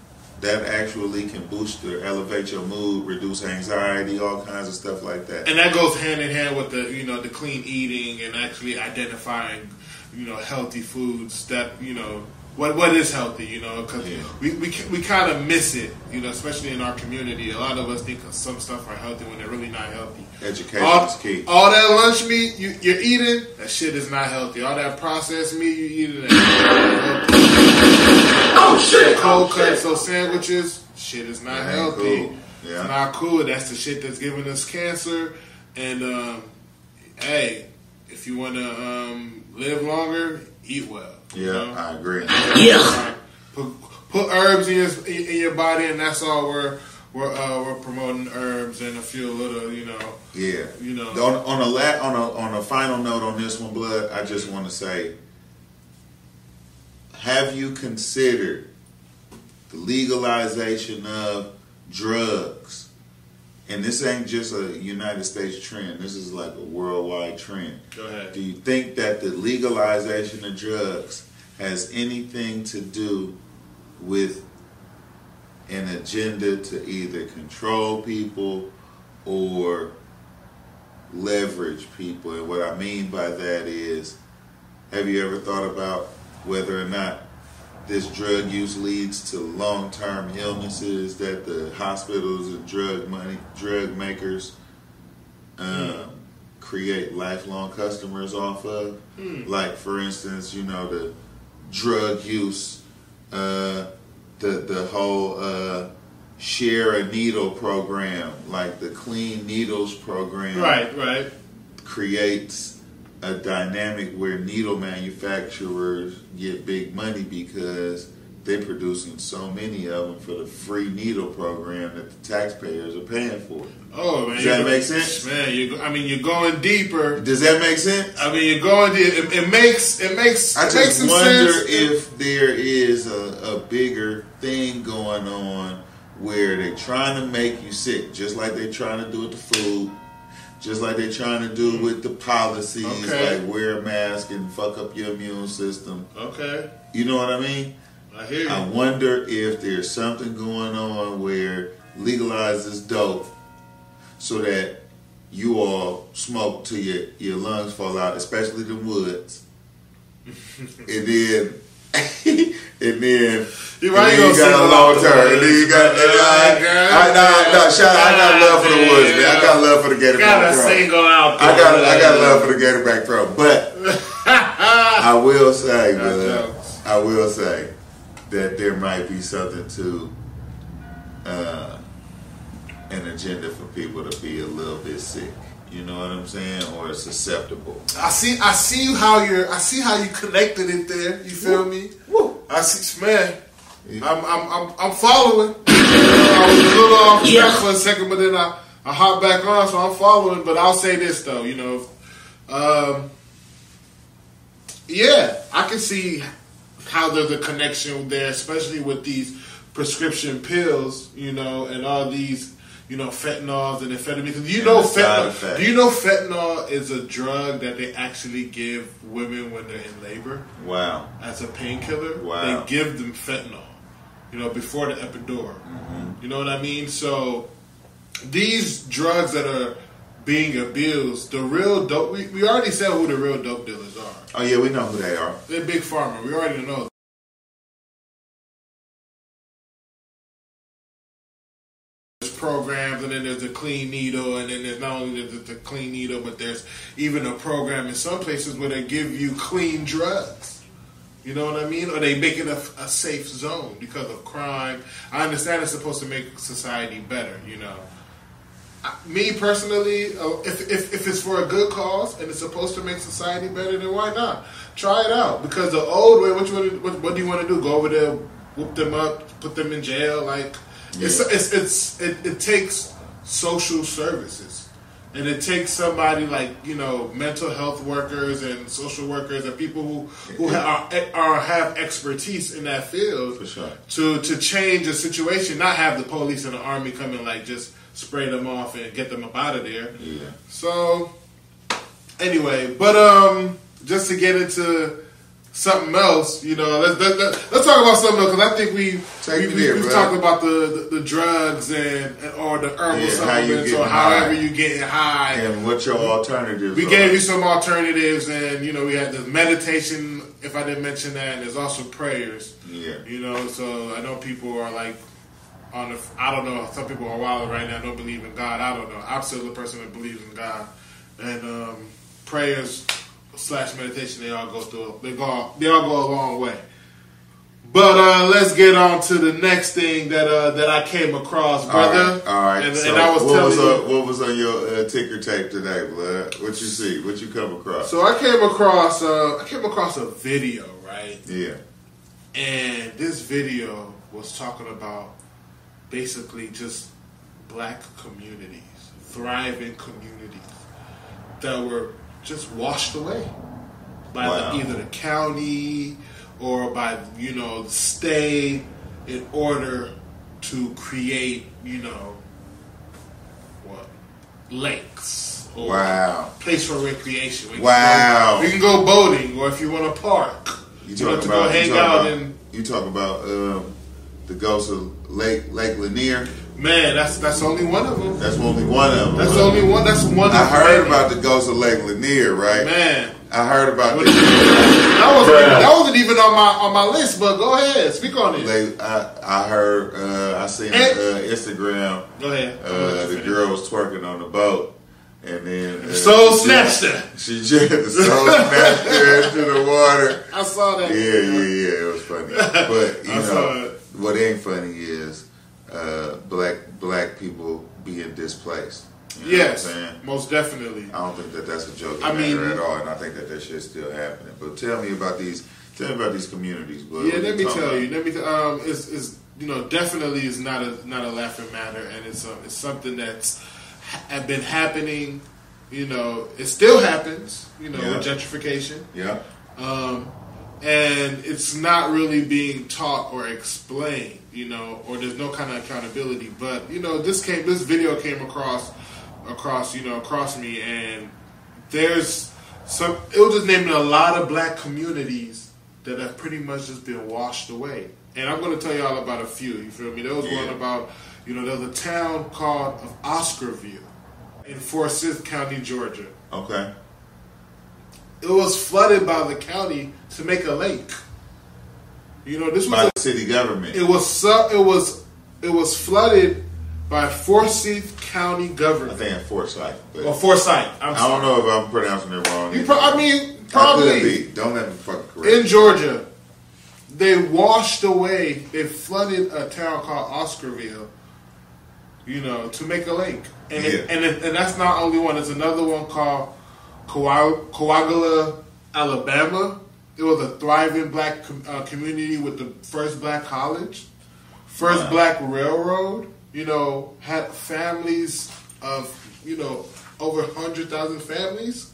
[SPEAKER 1] that actually can boost or elevate your mood, reduce anxiety, all kinds of stuff like that.
[SPEAKER 2] and that goes hand in hand with the you know the clean eating and actually identifying you know healthy foods that you know what what is healthy you know because
[SPEAKER 1] Yeah.
[SPEAKER 2] we we, ca- we kind of miss it you know especially in our community a lot of us think some stuff are healthy when they're really not healthy
[SPEAKER 1] Education
[SPEAKER 2] all,
[SPEAKER 1] is key.
[SPEAKER 2] all that lunch meat you, you're eating that shit is not healthy all that processed meat you eating that shit is not healthy.
[SPEAKER 3] Oh shit!
[SPEAKER 2] cold
[SPEAKER 3] Oh
[SPEAKER 2] cuts
[SPEAKER 3] shit!
[SPEAKER 2] or sandwiches shit is not
[SPEAKER 1] That ain't
[SPEAKER 2] healthy
[SPEAKER 1] cool. Yeah.
[SPEAKER 2] It's not cool. That's the shit that's giving us cancer. And um, hey, if you want to um, live longer, eat well. you
[SPEAKER 1] Yeah,
[SPEAKER 2] know?
[SPEAKER 1] I agree.
[SPEAKER 2] Right. Put, put herbs in your, in your body, and that's all we're we're uh, we're promoting herbs and a few little, you know.
[SPEAKER 1] Yeah.
[SPEAKER 2] You know.
[SPEAKER 1] On, on a la- on a on a final note on this one, blood. I just want to say, have you considered the legalization of drugs? And this ain't just a United States trend. This is like a worldwide trend.
[SPEAKER 2] Go ahead.
[SPEAKER 1] Do you think that the legalization of drugs has anything to do with an agenda to either control people or leverage people? And what I mean by that is have you ever thought about whether or not this drug use leads to long term illnesses that the hospitals and drug money drug makers um, create lifelong customers off of. Like for instance, you know the drug use, uh, the the whole uh, share a needle program, like the clean needles program,
[SPEAKER 2] Right, right.
[SPEAKER 1] creates a dynamic where needle manufacturers get big money because they're producing so many of them for the free needle program that the taxpayers are paying for.
[SPEAKER 2] Oh man,
[SPEAKER 1] Does that
[SPEAKER 2] you-
[SPEAKER 1] make sense?
[SPEAKER 2] Man, you. I mean, you're going deeper.
[SPEAKER 1] Does that make sense?
[SPEAKER 2] I mean, you're going. de- It, it makes it makes.
[SPEAKER 1] I
[SPEAKER 2] it makes
[SPEAKER 1] just
[SPEAKER 2] some
[SPEAKER 1] wonder
[SPEAKER 2] sense.
[SPEAKER 1] if there is a, a bigger thing going on where they're trying to make you sick, just like they're trying to do with the food, just like they're trying to do with the policies,
[SPEAKER 2] Mm-hmm. Okay.
[SPEAKER 1] like wear a mask and fuck up your immune system.
[SPEAKER 2] okay,
[SPEAKER 1] You know what I mean?
[SPEAKER 2] I hear you.
[SPEAKER 1] I wonder if there's something going on where legalize this dope so that you all smoke till your, your lungs fall out, especially the woods. and then and
[SPEAKER 2] You
[SPEAKER 1] then and
[SPEAKER 2] right,
[SPEAKER 1] then
[SPEAKER 2] you
[SPEAKER 1] you
[SPEAKER 2] gonna
[SPEAKER 1] got a
[SPEAKER 2] sing
[SPEAKER 1] long
[SPEAKER 2] along
[SPEAKER 1] term.
[SPEAKER 2] to
[SPEAKER 1] And then you got and
[SPEAKER 2] it.
[SPEAKER 1] I, I, nah, nah, shout out, I got love for the woods, man. I got love for the Gator
[SPEAKER 2] Gotta
[SPEAKER 1] Pro.
[SPEAKER 2] single out.
[SPEAKER 1] I got I got
[SPEAKER 2] the-
[SPEAKER 1] love for the Gator back throw, but I will say, but
[SPEAKER 2] jokes.
[SPEAKER 1] I will say that there might be something to uh, an agenda for people to be a little bit sick. You know what I'm saying, or susceptible.
[SPEAKER 2] I see. I see how you're. I see how you connected it there. You feel me?
[SPEAKER 1] Woo.
[SPEAKER 2] I see, man. I'm, I'm, I'm, I'm following. I was a little off track
[SPEAKER 3] Yeah.
[SPEAKER 2] for a second, but then I, I hop back on, so I'm following. But I'll say this though, you know, um, yeah, I can see how there's a connection there, especially with these prescription pills, you know, and all these, you know, fentanyls and amphetamines. Because you
[SPEAKER 1] And
[SPEAKER 2] know,
[SPEAKER 1] the side
[SPEAKER 2] fentanyl.
[SPEAKER 1] effects.
[SPEAKER 2] Do you know fentanyl is a drug that they actually give women when they're in labor?
[SPEAKER 1] Wow.
[SPEAKER 2] as a painkiller,
[SPEAKER 1] Wow.
[SPEAKER 2] they give them fentanyl, you know, before the epidural. You know what I mean? So these drugs that are being abused, the real dope, we, we already said who the real dope dealers are.
[SPEAKER 1] Oh yeah, we know who they are.
[SPEAKER 2] They're big pharma. We already know. There's programs, and then there's the clean needle, and then there's not only the, the, the clean needle, but there's even a program in some places where they give you clean drugs. You know what I mean? Or they make it a, a safe zone because of crime. I understand it's supposed to make society better, you know. I- Me personally, uh, if, if, if it's for a good cause and it's supposed to make society better, then why not? Try it out because the old way. What you want? What, what do you want to do? Go over there, whoop them up, put them in jail. Like it's,
[SPEAKER 1] Yeah.
[SPEAKER 2] it's it's it, it takes social services, and it takes somebody like you know mental health workers and social workers and people who who ha- are, are have expertise in that field
[SPEAKER 1] For sure.
[SPEAKER 2] to to change the situation, not have the police and the army come and like just spray them off and get them up out of there.
[SPEAKER 1] Yeah.
[SPEAKER 2] So anyway, but um, just to get into something else, you know, let's let, let, let's talk about something else because I think we
[SPEAKER 1] Take
[SPEAKER 2] we,
[SPEAKER 1] it
[SPEAKER 2] we,
[SPEAKER 1] there,
[SPEAKER 2] have
[SPEAKER 1] bro.
[SPEAKER 2] talked about the, the, the drugs and, and or the herbal
[SPEAKER 1] Yeah, how you
[SPEAKER 2] supplements
[SPEAKER 1] getting
[SPEAKER 2] or however
[SPEAKER 1] high.
[SPEAKER 2] you getting high.
[SPEAKER 1] And what your alternatives?
[SPEAKER 2] We
[SPEAKER 1] are.
[SPEAKER 2] gave you some alternatives, and you know we had the meditation. If I didn't mention that, and there's also prayers.
[SPEAKER 1] Yeah.
[SPEAKER 2] You know, so I know people are like on the. I don't know. Some people are wild right now. Don't believe in God. I don't know. I'm still the person that believes in God, and um, prayers slash meditation. They all go through. They go. They all go a long way. But uh, let's get on to the next thing that uh, that I came across,
[SPEAKER 1] All
[SPEAKER 2] brother.
[SPEAKER 1] right, all right.
[SPEAKER 2] And,
[SPEAKER 1] so
[SPEAKER 2] and I was
[SPEAKER 1] what
[SPEAKER 2] telling
[SPEAKER 1] was
[SPEAKER 2] you.
[SPEAKER 1] on, what was on your uh, ticker tape today, blood? What you see? What you come across?
[SPEAKER 2] So I came across uh, I came across a video, right?
[SPEAKER 1] yeah,
[SPEAKER 2] And this video was talking about basically just black communities, thriving communities that were just washed away by
[SPEAKER 1] Wow.
[SPEAKER 2] the, either the county or by you know the state in order to create you know what lakes or
[SPEAKER 1] Wow.
[SPEAKER 2] place for recreation. We can
[SPEAKER 1] Wow.
[SPEAKER 2] go- we can go boating or if you want to park.
[SPEAKER 1] you
[SPEAKER 2] You want
[SPEAKER 1] talk
[SPEAKER 2] to go
[SPEAKER 1] about you
[SPEAKER 2] hang
[SPEAKER 1] talk
[SPEAKER 2] out
[SPEAKER 1] about,
[SPEAKER 2] and
[SPEAKER 1] you talk about um, the ghost of Lake Lake Lanier.
[SPEAKER 2] Man, that's that's only one of them.
[SPEAKER 1] That's only one of them.
[SPEAKER 2] That's only one. That's one.
[SPEAKER 1] I
[SPEAKER 2] of
[SPEAKER 1] heard
[SPEAKER 2] many.
[SPEAKER 1] about the ghost of Lake Lanier, right?
[SPEAKER 2] man.
[SPEAKER 1] I heard about
[SPEAKER 2] What-
[SPEAKER 1] this.
[SPEAKER 2] That wasn't
[SPEAKER 4] Bruh.
[SPEAKER 2] even, that wasn't even on my on my list. But go ahead, speak on it.
[SPEAKER 1] Lake, I, I heard. Uh, I seen uh, Instagram.
[SPEAKER 2] Go ahead. I'm gonna let
[SPEAKER 1] Uh,
[SPEAKER 2] you
[SPEAKER 1] the
[SPEAKER 2] finish.
[SPEAKER 1] girl was twerking on the boat, and then uh,
[SPEAKER 2] Soul
[SPEAKER 1] she
[SPEAKER 2] snatched
[SPEAKER 1] jumped-
[SPEAKER 2] her.
[SPEAKER 1] She just the soul snatched her into the water.
[SPEAKER 2] I saw that.
[SPEAKER 1] Yeah, yeah, yeah. It was funny, but you
[SPEAKER 2] I saw
[SPEAKER 1] know
[SPEAKER 2] it.
[SPEAKER 1] what ain't funny is uh, black black people being displaced. You know
[SPEAKER 2] Yes,
[SPEAKER 1] what I'm saying?
[SPEAKER 2] most definitely.
[SPEAKER 1] I don't think that that's a joke
[SPEAKER 2] I mean-
[SPEAKER 1] matter at all, and I think that that shit's still happening. But tell me about these. Tell me about these communities, bud.
[SPEAKER 2] Yeah,
[SPEAKER 1] What
[SPEAKER 2] let
[SPEAKER 1] you
[SPEAKER 2] me
[SPEAKER 1] talking
[SPEAKER 2] tell
[SPEAKER 1] about?
[SPEAKER 2] you. Let me. T- um, is is you know definitely is not a not a laughing matter, and it's a, it's something that's ha- been happening. You know, it still happens. You know, with
[SPEAKER 1] Yeah.
[SPEAKER 2] gentrification.
[SPEAKER 1] Yeah,
[SPEAKER 2] um, and it's not really being taught or explained, you know, or there's no kind of accountability. But you know, this came, this video came across, across, you know, across me, and there's some. It was just naming a lot of black communities that have pretty much just been washed away. And I'm going to tell you all about a few. You feel me? There was
[SPEAKER 1] Yeah.
[SPEAKER 2] one about, you know, there's a town called of Oscarville in Forsyth County, Georgia
[SPEAKER 1] okay.
[SPEAKER 2] it was flooded by the county to make a lake. You know, this was
[SPEAKER 1] By
[SPEAKER 2] a,
[SPEAKER 1] the city government.
[SPEAKER 2] it was su- it was it was flooded by Forsyth County
[SPEAKER 1] I
[SPEAKER 2] government.
[SPEAKER 1] think in Forsyth, but
[SPEAKER 2] Well, Forsyth. I'm
[SPEAKER 1] I
[SPEAKER 2] sorry.
[SPEAKER 1] don't know if I'm pronouncing it wrong.
[SPEAKER 2] You pro- I mean,
[SPEAKER 1] I could
[SPEAKER 2] probably
[SPEAKER 1] be. Don't let me fucking correct.
[SPEAKER 2] in Georgia, they washed away. They flooded a town called Oscarville. You know, to make a lake, and it,
[SPEAKER 1] Yeah.
[SPEAKER 2] and it, and that's not only one. There's another one called Coag- Coaguila, Alabama. It was a thriving black com- uh, community with the first black college, first
[SPEAKER 1] Wow.
[SPEAKER 2] black railroad. You know, had families of you know over hundred thousand families,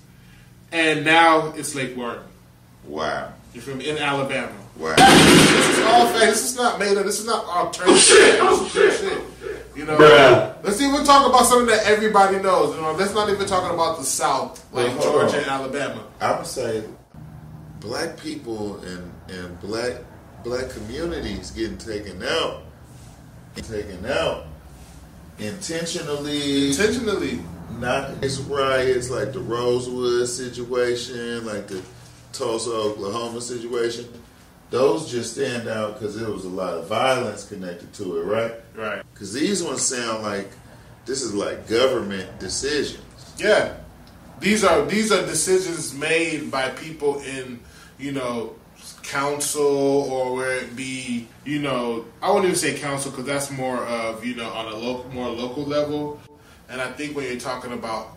[SPEAKER 2] and now it's Lake Martin.
[SPEAKER 1] wow,
[SPEAKER 2] You feel me? In Alabama.
[SPEAKER 1] wow.
[SPEAKER 2] This is all fake. This is not made up. This is not alternative.
[SPEAKER 3] Oh, shit. Oh,
[SPEAKER 2] This is real shit. You know.
[SPEAKER 4] Bruh.
[SPEAKER 2] Let's even talk about something that everybody knows. You know, that's not even talking about the South, like uh,
[SPEAKER 1] Well, hold
[SPEAKER 2] Georgia
[SPEAKER 1] on.
[SPEAKER 2] and Alabama.
[SPEAKER 1] I would say black people and and black black communities getting taken out, taken out intentionally.
[SPEAKER 2] Intentionally.
[SPEAKER 1] not it's riots like the Rosewood situation, like the Tulsa, Oklahoma situation. Those just stand out because there was a lot of violence connected to it, right?
[SPEAKER 2] Right.
[SPEAKER 1] Because these ones sound like this is like government decisions.
[SPEAKER 2] Yeah. These are these are decisions made by people in, you know, council or where it be, you know, I wouldn't even say council because that's more of you know on a local, more local level. And I think when you're talking about,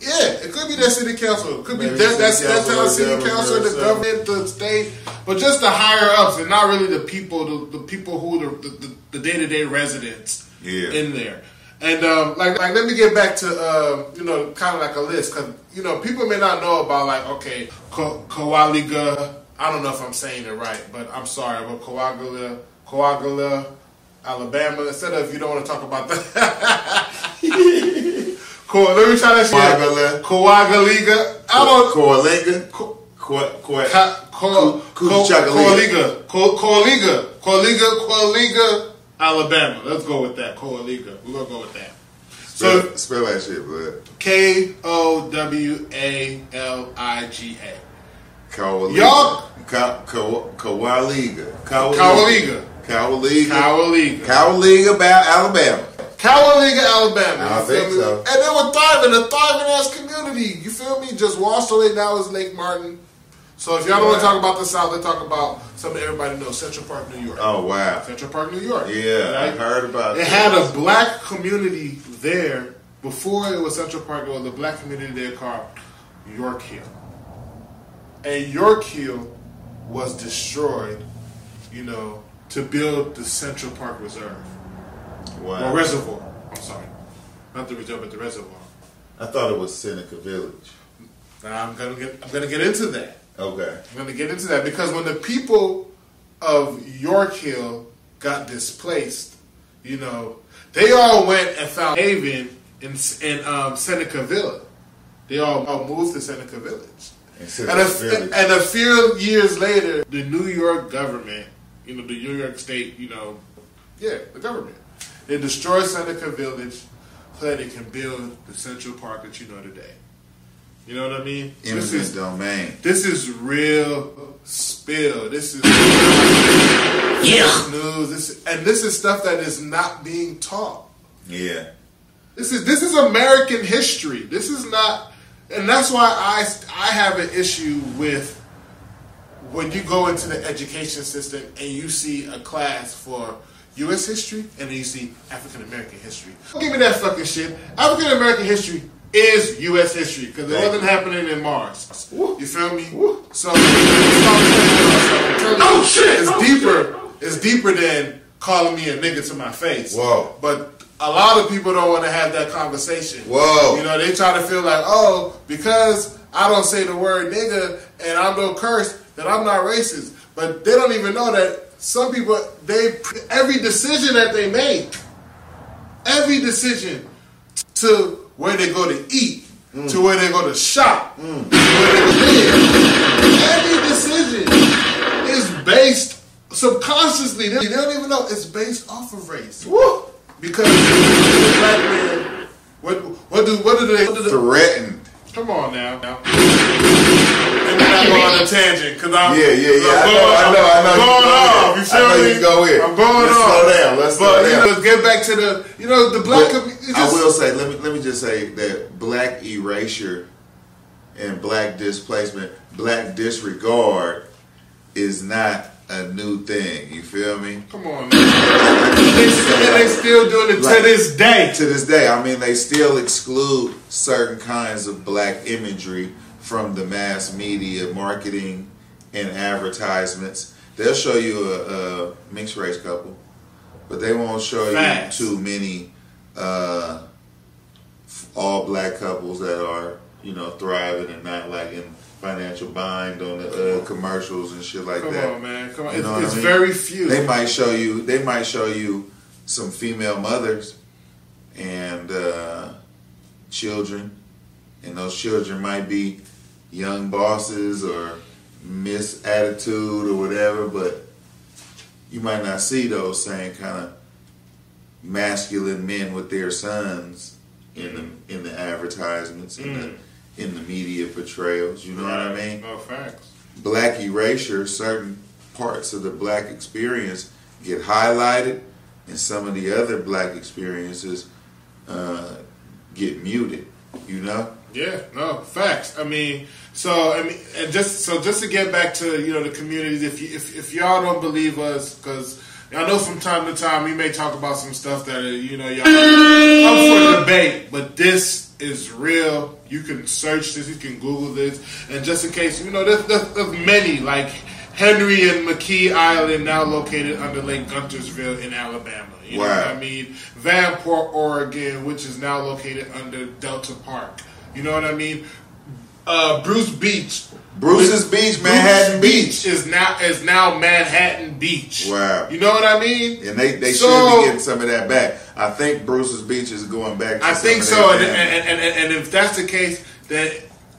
[SPEAKER 2] yeah, it could be that city council, it could be
[SPEAKER 1] Maybe
[SPEAKER 2] that
[SPEAKER 1] city
[SPEAKER 2] that's that
[SPEAKER 1] council
[SPEAKER 2] town
[SPEAKER 1] or
[SPEAKER 2] city
[SPEAKER 1] governor
[SPEAKER 2] council,
[SPEAKER 1] or
[SPEAKER 2] the
[SPEAKER 1] something.
[SPEAKER 2] government, the state, but just the higher ups and not really the people, the, the people who the the- the day to day residents
[SPEAKER 1] Yeah.
[SPEAKER 2] in there. And um, like, like, let me get back to um, you know, kind of like a list because you know people may not know about like okay, Ko- Coaliga. I don't know if I'm saying it right, but I'm sorry, but Coagula, Coagula, Alabama. Instead of you don't want to talk about that. cool. Let me try that
[SPEAKER 1] Coagula.
[SPEAKER 2] shit. Coagaliga. I don't.
[SPEAKER 1] Coalinga, Coaliga,
[SPEAKER 2] Ca- Co- Co-
[SPEAKER 1] Cu- Cuchacaliga.
[SPEAKER 2] Coaliga. Co- Coaliga. Coaliga. Coaliga. Alabama. Let's go with that. Coaliga. We're going to go with that. So
[SPEAKER 1] spell, spell that shit, blood.
[SPEAKER 2] K O W A L I G A.
[SPEAKER 1] Coaliga,
[SPEAKER 2] Y'all-
[SPEAKER 1] Ka- Ko- Coaliga, Coaliga,
[SPEAKER 2] Coaliga.
[SPEAKER 1] Coaliga,
[SPEAKER 2] Cowaliga.
[SPEAKER 1] Coaliga, about Alabama.
[SPEAKER 2] Cowaliga, Alabama.
[SPEAKER 1] I
[SPEAKER 2] You feel
[SPEAKER 1] think
[SPEAKER 2] me?
[SPEAKER 1] so.
[SPEAKER 2] And they were thriving, a thriving ass community. You feel me? Just washed away. Now it's Lake Martin. So if y'all don't want to talk about the South, let's talk about something everybody knows: Central Park, New York.
[SPEAKER 1] Oh wow.
[SPEAKER 2] Central Park, New York.
[SPEAKER 1] Yeah, I
[SPEAKER 2] Right?
[SPEAKER 1] heard about
[SPEAKER 2] It
[SPEAKER 1] that.
[SPEAKER 2] had a black community there before it was Central Park. It was a black community there called York Hill, and York Hill was destroyed, you know, to build the Central Park Reserve
[SPEAKER 1] Wow.
[SPEAKER 2] or reservoir. I'm sorry, not the reserve, but the reservoir.
[SPEAKER 1] I thought it was Seneca Village.
[SPEAKER 2] Now I'm gonna get I'm gonna get into that.
[SPEAKER 1] Okay.
[SPEAKER 2] I'm going to get into that because when the people of York Hill got displaced, you know, they all went and found haven in in um, Seneca Villa. They all, all moved to Seneca Village.
[SPEAKER 1] And
[SPEAKER 2] And
[SPEAKER 1] Seneca
[SPEAKER 2] a,
[SPEAKER 1] Village.
[SPEAKER 2] and a few years later, the New York government, you know, the New York State, you know, yeah, the government, they destroyed Seneca Village so that they can build the Central Park that you know today. You know what I mean? This is-
[SPEAKER 1] Eminent domain.
[SPEAKER 2] this is real spill. This is yeah. news. This, and this is stuff that is not being taught.
[SPEAKER 1] Yeah.
[SPEAKER 2] This is this is American history. This is not, and that's why I I have an issue with when you go into the education system and you see a class for U.S. history and then you see African American history. Don't give me that fucking shit. African American history is U.S. history because it
[SPEAKER 1] Thank
[SPEAKER 2] wasn't happening in Mars.
[SPEAKER 1] Woo.
[SPEAKER 2] You feel me?
[SPEAKER 1] Woo.
[SPEAKER 2] So oh
[SPEAKER 3] Oh, shit.
[SPEAKER 2] It's
[SPEAKER 3] Oh,
[SPEAKER 2] deeper.
[SPEAKER 3] shit. Oh,
[SPEAKER 2] It's deeper than calling me a nigga to my face.
[SPEAKER 1] Whoa.
[SPEAKER 2] But a lot of people don't want to have that conversation.
[SPEAKER 1] Whoa.
[SPEAKER 2] You know, they try to feel like, oh, because I don't say the word nigga and I'm no curse, that I'm not racist. But they don't even know that some people, they every decision that they make, every decision to where they go to eat,
[SPEAKER 1] Mm.
[SPEAKER 2] to where they go to shop, to where they live, every decision is based subconsciously. They they don't even know it's based off of race.
[SPEAKER 1] Woo!
[SPEAKER 2] Because the black man, what what do what do they? What do the,
[SPEAKER 1] Threatened.
[SPEAKER 2] come on now. now. And we're not going on a tangent because I'm
[SPEAKER 1] Yeah, yeah, yeah. I
[SPEAKER 2] I'm
[SPEAKER 1] know, I know, I know.
[SPEAKER 2] I'm going
[SPEAKER 1] You go
[SPEAKER 2] off.
[SPEAKER 1] there.
[SPEAKER 2] You feel me?
[SPEAKER 1] I know you go in.
[SPEAKER 2] I'm going
[SPEAKER 1] Let's
[SPEAKER 2] off.
[SPEAKER 1] slow down,
[SPEAKER 2] but,
[SPEAKER 1] let's slow down.
[SPEAKER 2] You know, get back to the you know the black
[SPEAKER 1] But
[SPEAKER 2] community.
[SPEAKER 1] I will say, let me let me just say that black erasure and black displacement, black disregard is not a new thing. You feel me?
[SPEAKER 2] Come on, man. They, and they still doing it to
[SPEAKER 1] Like-
[SPEAKER 2] this day.
[SPEAKER 1] To this day, I mean, they still exclude certain kinds of black imagery from the mass media marketing and advertisements. They'll show you a, a mixed race couple, but they won't show
[SPEAKER 2] Facts.
[SPEAKER 1] you too many uh, f- all black couples that are, you know, thriving and not like in financial bind on the uh, commercials and shit like
[SPEAKER 2] Come
[SPEAKER 1] that.
[SPEAKER 2] on, man. Come on.
[SPEAKER 1] You
[SPEAKER 2] It's,
[SPEAKER 1] know what I
[SPEAKER 2] it's
[SPEAKER 1] mean?
[SPEAKER 2] very few.
[SPEAKER 1] They might show you. They might show you some female mothers and uh, children, and those children might be young bosses or miss attitude or whatever. But you might not see those same kind of masculine men with their sons in the in the advertisements in the in the media portrayals. You know what I mean?
[SPEAKER 2] No facts.
[SPEAKER 1] black erasure, certain parts of the black experience get highlighted, and some of the other black experiences uh, get muted. You know,
[SPEAKER 2] Yeah, no facts. I mean, so I mean, and just so just to get back to you know the communities. If you, if if y'all don't believe us, because I know from time to time we may talk about some stuff that uh, you know y'all up for debate, but this is real. You can search this, you can Google this, and just in case you know, there's, there's, there's many like Henry and McKee Island now located under Lake Guntersville in Alabama. You know what
[SPEAKER 1] Wow.
[SPEAKER 2] I mean? I mean, Vanport, Oregon, which is now located under Delta Park. You know what I mean? Uh, Bruce Beach.
[SPEAKER 1] Bruce's Beach, Manhattan Beach,
[SPEAKER 2] is now is now Manhattan Beach.
[SPEAKER 1] Wow.
[SPEAKER 2] You know what I mean?
[SPEAKER 1] and they they should
[SPEAKER 2] So-
[SPEAKER 1] be getting some of that back. I think Bruce's Beach is going back. To
[SPEAKER 2] I
[SPEAKER 1] some
[SPEAKER 2] think
[SPEAKER 1] of
[SPEAKER 2] so, and,
[SPEAKER 1] that damage.
[SPEAKER 2] and, and, and, and if that's the case, then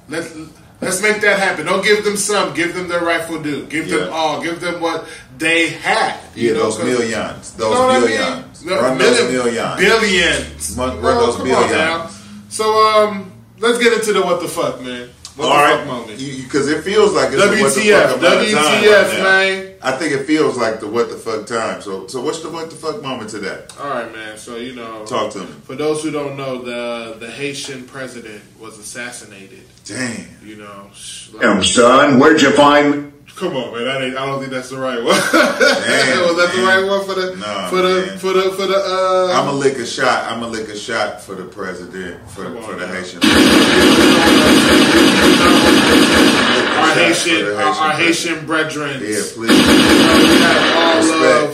[SPEAKER 2] let's let's make that happen. Don't give them some, give them their rightful due. Give
[SPEAKER 1] Yeah.
[SPEAKER 2] them all, give them what they had.
[SPEAKER 1] yeah,
[SPEAKER 2] you know,
[SPEAKER 1] those
[SPEAKER 2] 'cause-
[SPEAKER 1] millions, those
[SPEAKER 2] know what I mean?
[SPEAKER 1] millions,
[SPEAKER 2] No,
[SPEAKER 1] run
[SPEAKER 2] million-
[SPEAKER 1] those millions.
[SPEAKER 2] Billions.
[SPEAKER 1] Run- run
[SPEAKER 2] Bro,
[SPEAKER 1] those
[SPEAKER 2] come
[SPEAKER 1] billions.
[SPEAKER 2] on now. So um, let's get into the what the fuck, man. What the fuck moment?
[SPEAKER 1] Because it feels like it's a what the
[SPEAKER 2] WTF,
[SPEAKER 1] fuck amount of time right
[SPEAKER 2] WTF,
[SPEAKER 1] now.
[SPEAKER 2] man.
[SPEAKER 1] I think it feels like the what the fuck time. So, so what's the what the fuck moment to that?
[SPEAKER 2] All right, man. So you know,
[SPEAKER 1] Talk to me.
[SPEAKER 2] for those who don't know, the the Haitian president was assassinated.
[SPEAKER 1] Damn.
[SPEAKER 2] You know, sh- like-
[SPEAKER 4] Damn, son, where'd you find?
[SPEAKER 2] come on, man. That ain't, I don't think that's the right one. was that the
[SPEAKER 1] man.
[SPEAKER 2] right one for the
[SPEAKER 1] Nah,
[SPEAKER 2] for the
[SPEAKER 1] man.
[SPEAKER 2] for the for the? Uh,
[SPEAKER 1] I'm gonna lick a shot. I'm gonna lick a shot for the president for,
[SPEAKER 2] Come on,
[SPEAKER 1] for the
[SPEAKER 2] man.
[SPEAKER 1] Haitian.
[SPEAKER 2] our
[SPEAKER 1] Shot for the
[SPEAKER 2] Haitian, our, our
[SPEAKER 1] president.
[SPEAKER 2] Haitian brethren.
[SPEAKER 1] Yeah, please.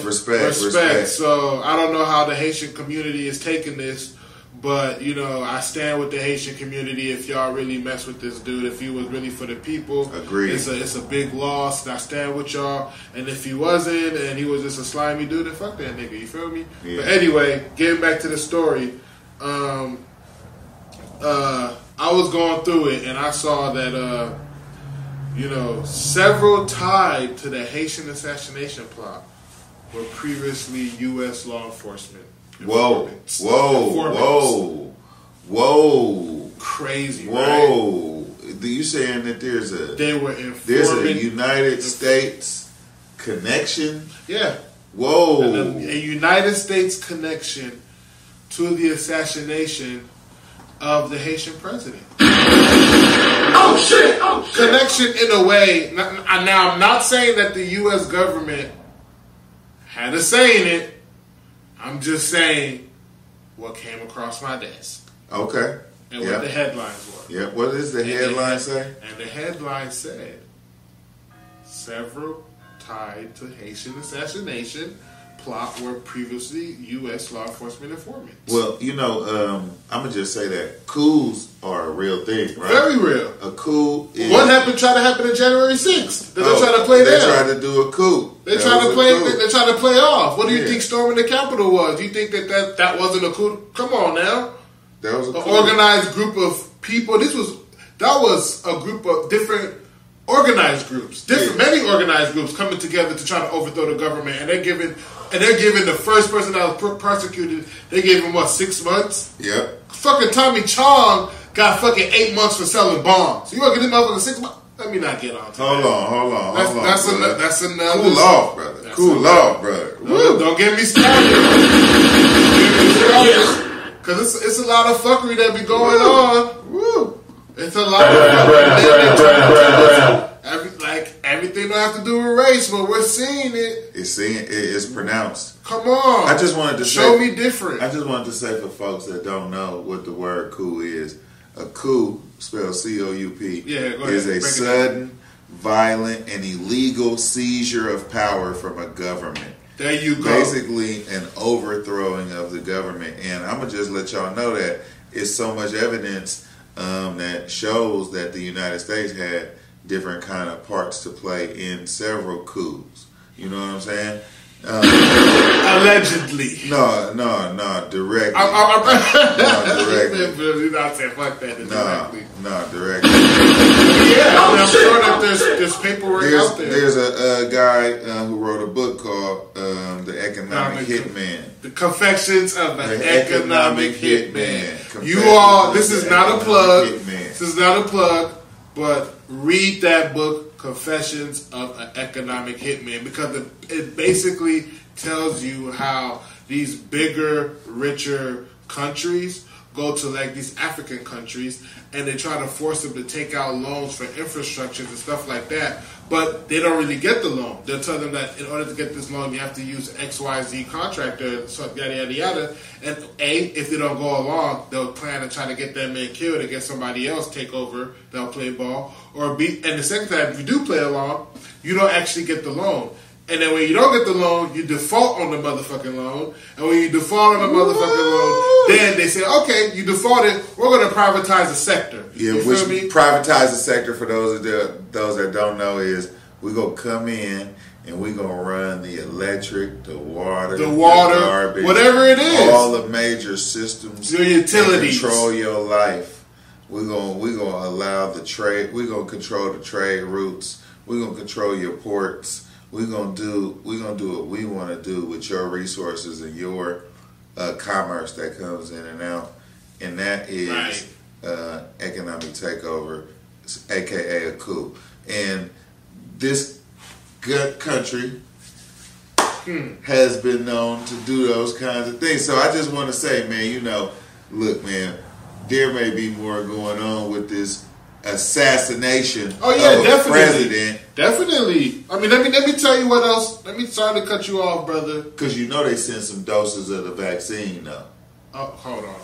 [SPEAKER 1] Respect, respect, respect.
[SPEAKER 2] So I don't know how the Haitian community is taking this, but you know I stand with the Haitian community. If y'all really mess with this dude, if he was really for the people,
[SPEAKER 1] Agreed.
[SPEAKER 2] It's a it's a big loss. And I stand with y'all. And if he wasn't, and he was just a slimy dude, then fuck that nigga. You feel me?
[SPEAKER 1] Yeah.
[SPEAKER 2] But anyway, getting back to the story, um, uh, I was going through it and I saw that. Uh, you know, several tied to the Haitian assassination plot were previously U.S. law enforcement.
[SPEAKER 1] Whoa,
[SPEAKER 2] informants.
[SPEAKER 1] whoa,
[SPEAKER 2] Informants.
[SPEAKER 1] whoa, whoa,
[SPEAKER 2] Crazy, right?
[SPEAKER 1] whoa. Do you saying that there's a
[SPEAKER 2] They were
[SPEAKER 1] there's a
[SPEAKER 2] informing.
[SPEAKER 1] United States connection?
[SPEAKER 2] yeah.
[SPEAKER 1] Whoa.
[SPEAKER 2] And A, a United States connection to the assassination of the Haitian president.
[SPEAKER 3] Oh shit! Oh shit!
[SPEAKER 2] Connection in a way. n- n- I- Now, I'm not saying that the U.S. government had a say in it. I'm just saying what came across my desk.
[SPEAKER 1] Okay.
[SPEAKER 2] and
[SPEAKER 1] Yeah.
[SPEAKER 2] what the headlines were.
[SPEAKER 1] Yeah. What does the headline say?
[SPEAKER 2] And the headline said several tied to Haitian assassination plot were previously U.S. law enforcement informants.
[SPEAKER 1] Well, you know, um, I'm gonna just say that coups are a real thing, right?
[SPEAKER 2] Very real.
[SPEAKER 1] a coup. Is,
[SPEAKER 2] What happened? Tried to happen in January 6th. They're
[SPEAKER 1] Oh,
[SPEAKER 2] trying to play
[SPEAKER 1] They
[SPEAKER 2] down.
[SPEAKER 1] tried to do a coup.
[SPEAKER 2] They
[SPEAKER 1] That
[SPEAKER 2] trying
[SPEAKER 1] was
[SPEAKER 2] to
[SPEAKER 1] a
[SPEAKER 2] play.
[SPEAKER 1] coup.
[SPEAKER 2] They trying to play off. What do you
[SPEAKER 1] Yeah.
[SPEAKER 2] think storming the Capitol was? You think that that, that wasn't a coup? Come on now.
[SPEAKER 1] That was a
[SPEAKER 2] an
[SPEAKER 1] coup.
[SPEAKER 2] organized group of people. This was that was a group of different organized groups, different
[SPEAKER 1] Yeah.
[SPEAKER 2] many organized groups coming together to try to overthrow the government, and they're giving and they're giving the first person that was per- persecuted. They gave him what six months.
[SPEAKER 1] Yep.
[SPEAKER 2] Fucking Tommy Chong got fucking eight months for selling bombs. You gonna give this motherfucker six months? Let me not get on. To
[SPEAKER 1] Hold
[SPEAKER 2] that.
[SPEAKER 1] on. Hold on.
[SPEAKER 2] That's,
[SPEAKER 1] hold on.
[SPEAKER 2] that's,
[SPEAKER 1] brother.
[SPEAKER 2] an, that's another.
[SPEAKER 1] cool off, brother.
[SPEAKER 2] That's
[SPEAKER 1] cool
[SPEAKER 2] another-
[SPEAKER 1] off, brother.
[SPEAKER 2] Don't,
[SPEAKER 1] Woo.
[SPEAKER 2] don't get me started. Because it's, it's a lot of fuckery that be going on. Woo. It's a lot of fuckery that be going on. Every, like, everything don't have to do with race, but we're seeing it.
[SPEAKER 1] It's saying it- it's pronounced.
[SPEAKER 2] Come on.
[SPEAKER 1] I just wanted to
[SPEAKER 2] Show
[SPEAKER 1] say-
[SPEAKER 2] me different.
[SPEAKER 1] I just wanted to say for folks that don't know what the word coup is, a coup spelled C O U P
[SPEAKER 2] Yeah, go ahead. Break
[SPEAKER 1] is a
[SPEAKER 2] it down.
[SPEAKER 1] sudden, violent, and illegal seizure of power from a government.
[SPEAKER 2] there you go.
[SPEAKER 1] Basically, an overthrowing of the government. And I'm gonna just let y'all know that it's so much evidence um, that shows that the United States had different kind of parts to play in several coups. You know what I'm saying?
[SPEAKER 2] Allegedly.
[SPEAKER 1] No, no, no, directly.
[SPEAKER 2] I, I, I,
[SPEAKER 1] No, directly.
[SPEAKER 2] You're not saying fuck that
[SPEAKER 1] No,
[SPEAKER 2] indirectly.
[SPEAKER 1] no, directly.
[SPEAKER 2] Yeah,
[SPEAKER 3] Oh,
[SPEAKER 2] I'm
[SPEAKER 3] shit.
[SPEAKER 2] sure that there's, there's paperwork
[SPEAKER 1] There's,
[SPEAKER 2] out there.
[SPEAKER 1] there's a, uh guy uh, who wrote a book called um, "The Economic
[SPEAKER 2] Economic
[SPEAKER 1] Hitman."
[SPEAKER 2] The confections of an
[SPEAKER 1] The
[SPEAKER 2] economic,
[SPEAKER 1] economic
[SPEAKER 2] hitman.
[SPEAKER 1] hitman. Confections
[SPEAKER 2] You all, this
[SPEAKER 1] of
[SPEAKER 2] is
[SPEAKER 1] the
[SPEAKER 2] not a
[SPEAKER 1] economic
[SPEAKER 2] plug.
[SPEAKER 1] hitman.
[SPEAKER 2] This is not a plug, but read that book, Confessions of an Economic Hitman, because it, it basically tells you how these bigger, richer countries go to like these African countries and they try to force them to take out loans for infrastructures and stuff like that. But they don't really get the loan. They'll tell them that in order to get this loan, you have to use XYZ contractor, so yada, yada, yada. And A, if they don't go along, they'll plan to try to get that man killed and get somebody else take over. They'll play ball. Or B, and the second time, if you do play along, you don't actually get the loan. And then when you don't get the loan, you default on the motherfucking loan. And when you default on the motherfucking loan, then they say, okay, you defaulted. We're going to privatize the sector.
[SPEAKER 1] Yeah,
[SPEAKER 2] you
[SPEAKER 1] which
[SPEAKER 2] feel me?
[SPEAKER 1] privatize the sector for those that those that don't know is we gonna come in and we gonna run the electric, the water,
[SPEAKER 2] The water, whatever it is.
[SPEAKER 1] all the major systems,
[SPEAKER 2] Your utilities.
[SPEAKER 1] that control your life. We gonna we gonna allow the trade. We gonna control the trade routes. We gonna control your ports. We gonna do we gonna do what we want to do with your resources and your uh, commerce that comes in and out, and that is
[SPEAKER 2] Right.
[SPEAKER 1] uh, economic takeover aka a coup. And this gut country
[SPEAKER 2] Hmm.
[SPEAKER 1] has been known to do those kinds of things. So I just want to say, man, you know, look, man, there may be more going on with this assassination
[SPEAKER 2] Oh yeah,
[SPEAKER 1] of a
[SPEAKER 2] definitely.
[SPEAKER 1] president
[SPEAKER 2] Definitely. I mean, let me let me tell you what else. Let me sorry to cut you off, brother.
[SPEAKER 1] because you know they send some doses of the vaccine though.
[SPEAKER 2] Oh, hold on,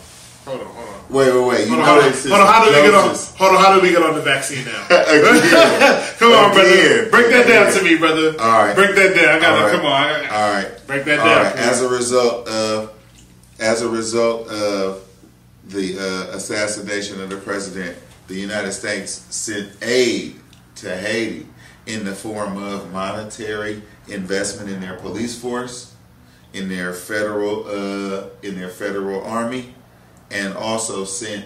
[SPEAKER 2] hold on, hold on.
[SPEAKER 1] Wait, wait, wait. You
[SPEAKER 2] Hold on,
[SPEAKER 1] know
[SPEAKER 2] hold on,
[SPEAKER 1] they send
[SPEAKER 2] Hold on,
[SPEAKER 1] some
[SPEAKER 2] how do we get on?
[SPEAKER 1] doses.
[SPEAKER 2] Hold on, how do we get on the vaccine now?
[SPEAKER 1] Again.
[SPEAKER 2] come on, brother.
[SPEAKER 1] Again.
[SPEAKER 2] Break that down
[SPEAKER 1] Again.
[SPEAKER 2] to me, brother.
[SPEAKER 1] All right.
[SPEAKER 2] break that down. I gotta
[SPEAKER 1] All right.
[SPEAKER 2] come on. I gotta,
[SPEAKER 1] All right.
[SPEAKER 2] break that
[SPEAKER 1] All
[SPEAKER 2] down.
[SPEAKER 1] right. As a result of, as a result of the uh, assassination of the president, the United States sent aid to Haiti in the form of monetary investment in their police force, in their federal, uh, in their federal army, and also sent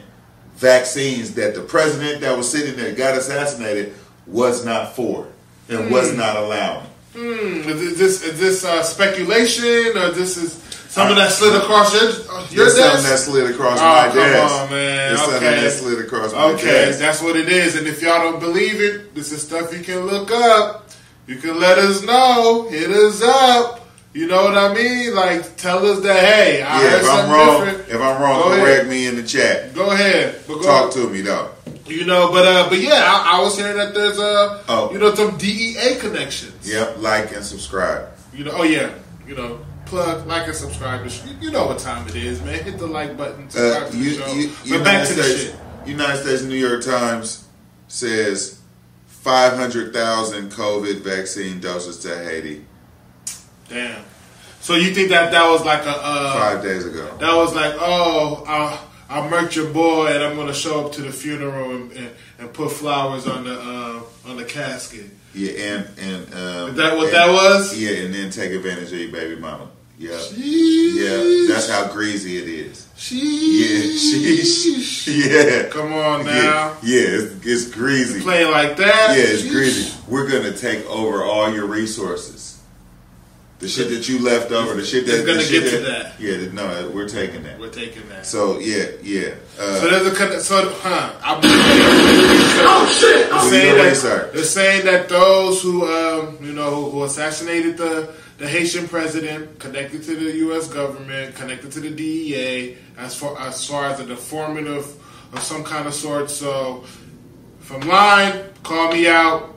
[SPEAKER 1] vaccines that the president that was sitting there got assassinated was not for and was not allowing.
[SPEAKER 2] Hmm, is this is this uh, speculation or this is something that slid across your uh, your
[SPEAKER 1] It's something that
[SPEAKER 2] desk?
[SPEAKER 1] slid across
[SPEAKER 2] Oh,
[SPEAKER 1] my
[SPEAKER 2] come
[SPEAKER 1] desk.
[SPEAKER 2] on, man.
[SPEAKER 1] It's something
[SPEAKER 2] Okay.
[SPEAKER 1] that slid across my
[SPEAKER 2] Okay,
[SPEAKER 1] desk.
[SPEAKER 2] that's what it is. And if y'all don't believe it, this is stuff you can look up. You can let us know. Hit us up. You know what I mean? Like tell us that hey, I
[SPEAKER 1] Yeah,
[SPEAKER 2] heard
[SPEAKER 1] if I'm
[SPEAKER 2] something
[SPEAKER 1] wrong,
[SPEAKER 2] different.
[SPEAKER 1] if I'm wrong,
[SPEAKER 2] Go
[SPEAKER 1] correct
[SPEAKER 2] ahead.
[SPEAKER 1] me in the chat.
[SPEAKER 2] Go ahead. But go
[SPEAKER 1] Talk to me though.
[SPEAKER 2] You know, but uh, but yeah, I, I was hearing that there's uh,
[SPEAKER 1] Oh.
[SPEAKER 2] you know, some DEA connections.
[SPEAKER 1] Yep, like and subscribe.
[SPEAKER 2] You know, oh yeah, you know, plug, like, and subscribe. You, you know what time it is, man. Hit the like button. Subscribe
[SPEAKER 1] Uh,
[SPEAKER 2] to
[SPEAKER 1] you,
[SPEAKER 2] the show.
[SPEAKER 1] you,
[SPEAKER 2] but
[SPEAKER 1] United
[SPEAKER 2] back to the
[SPEAKER 1] States,
[SPEAKER 2] shit.
[SPEAKER 1] United States New York Times says 500,000 COVID vaccine doses to Haiti
[SPEAKER 2] Damn. So you think that that was like a uh,
[SPEAKER 1] five days ago.
[SPEAKER 2] that was like oh I I murked your boy and I'm gonna show up to the funeral and, and, and put flowers on the uh, on the casket.
[SPEAKER 1] Yeah, and and um,
[SPEAKER 2] Is that what
[SPEAKER 1] and-
[SPEAKER 2] that was?
[SPEAKER 1] Yeah, and then take advantage of your baby mama. Yeah, yeah,
[SPEAKER 2] Sheesh.
[SPEAKER 1] that's how greasy it is. Yeah,
[SPEAKER 2] Sheesh.
[SPEAKER 1] sheesh. Yeah.
[SPEAKER 2] Come on now.
[SPEAKER 1] Yeah, yeah it's, it's greasy. Yeah,
[SPEAKER 2] Play like that.
[SPEAKER 1] it's
[SPEAKER 2] Sheesh.
[SPEAKER 1] greasy. We're gonna take over all your resources. The shit that you left over, the shit that
[SPEAKER 2] It's gonna
[SPEAKER 1] the shit
[SPEAKER 2] get to that.
[SPEAKER 1] Yeah, th- no, we're taking that.
[SPEAKER 2] We're taking that. So,
[SPEAKER 1] So yeah, yeah. Uh,
[SPEAKER 2] there's a con- so huh? I'm
[SPEAKER 3] Oh shit! Oh
[SPEAKER 2] they're
[SPEAKER 1] We
[SPEAKER 2] saying
[SPEAKER 1] know
[SPEAKER 2] that
[SPEAKER 1] research.
[SPEAKER 2] they're saying that those who um, you know who, who assassinated the the Haitian president, connected to the U.S. government, connected to the DEA, as far as far as a informant of, of some kind of sort. So, if I'm lying, call me out.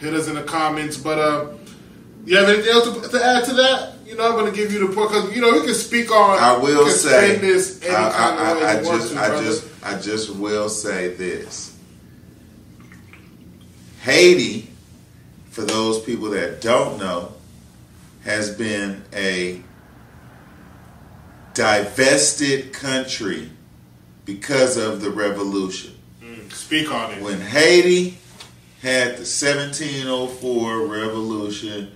[SPEAKER 2] Hit us in the comments. But uh, you have anything else to, to add to that? You know, I'm going to give you the point because you know we can speak on.
[SPEAKER 1] I
[SPEAKER 2] we
[SPEAKER 1] will
[SPEAKER 2] can
[SPEAKER 1] say,
[SPEAKER 2] spin this
[SPEAKER 1] I,
[SPEAKER 2] any kind of
[SPEAKER 1] I,
[SPEAKER 2] way
[SPEAKER 1] I, I
[SPEAKER 2] you want
[SPEAKER 1] just,
[SPEAKER 2] to,
[SPEAKER 1] I
[SPEAKER 2] brother.
[SPEAKER 1] just, I just will say this. Haiti, for those people that don't know, has been a divested country because of the revolution.
[SPEAKER 2] speak on it.
[SPEAKER 1] When Haiti had the 1704 revolution,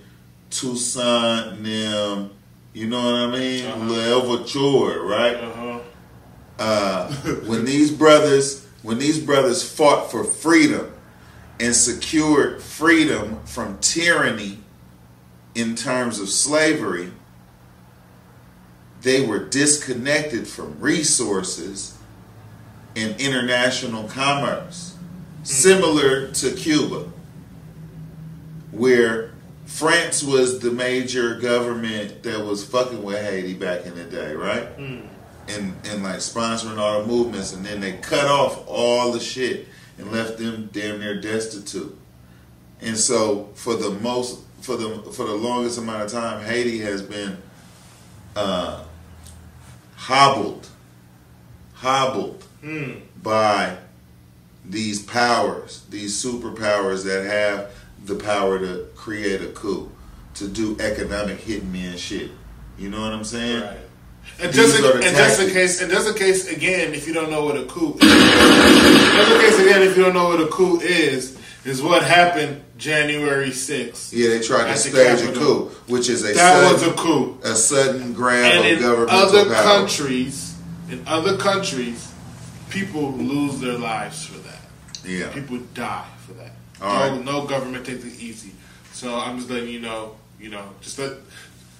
[SPEAKER 1] Toussaint, and them, you know what I mean?
[SPEAKER 2] Uh-huh.
[SPEAKER 1] L'Ouverture, right?
[SPEAKER 2] Uh-huh.
[SPEAKER 1] uh, when these brothers when these brothers fought for freedom and secured freedom from tyranny in terms of slavery they were disconnected from resources and international commerce similar to Cuba where France was the major government that was fucking with Haiti back in the day right and and like sponsoring all the movements, and then they cut off all the shit and left them damn near destitute. And so for the most for the for the longest amount of time, Haiti has been uh, hobbled, hobbled by these powers, these superpowers that have the power to create a coup, to do economic hitman shit. You know what I'm saying?
[SPEAKER 2] Right. And
[SPEAKER 1] These
[SPEAKER 2] just, in,
[SPEAKER 1] are
[SPEAKER 2] and
[SPEAKER 1] the
[SPEAKER 2] just in
[SPEAKER 1] tactics.
[SPEAKER 2] case, and just in case again, if you don't know what a coup, is, just in case again, if you don't know what a coup is, is what happened January 6th.
[SPEAKER 1] Yeah, they tried
[SPEAKER 2] At
[SPEAKER 1] to
[SPEAKER 2] the
[SPEAKER 1] stage a
[SPEAKER 2] Capitol.
[SPEAKER 1] coup, which is a
[SPEAKER 2] That was
[SPEAKER 1] sudden,
[SPEAKER 2] a coup.
[SPEAKER 1] a, sudden grab
[SPEAKER 2] And
[SPEAKER 1] of
[SPEAKER 2] in
[SPEAKER 1] governmental
[SPEAKER 2] other
[SPEAKER 1] power.
[SPEAKER 2] countries, in other countries, people lose their lives for that.
[SPEAKER 1] Yeah,
[SPEAKER 2] People die for that.
[SPEAKER 1] All
[SPEAKER 2] no,
[SPEAKER 1] right.
[SPEAKER 2] no government takes it easy. So I'm just letting you know, you know, just let.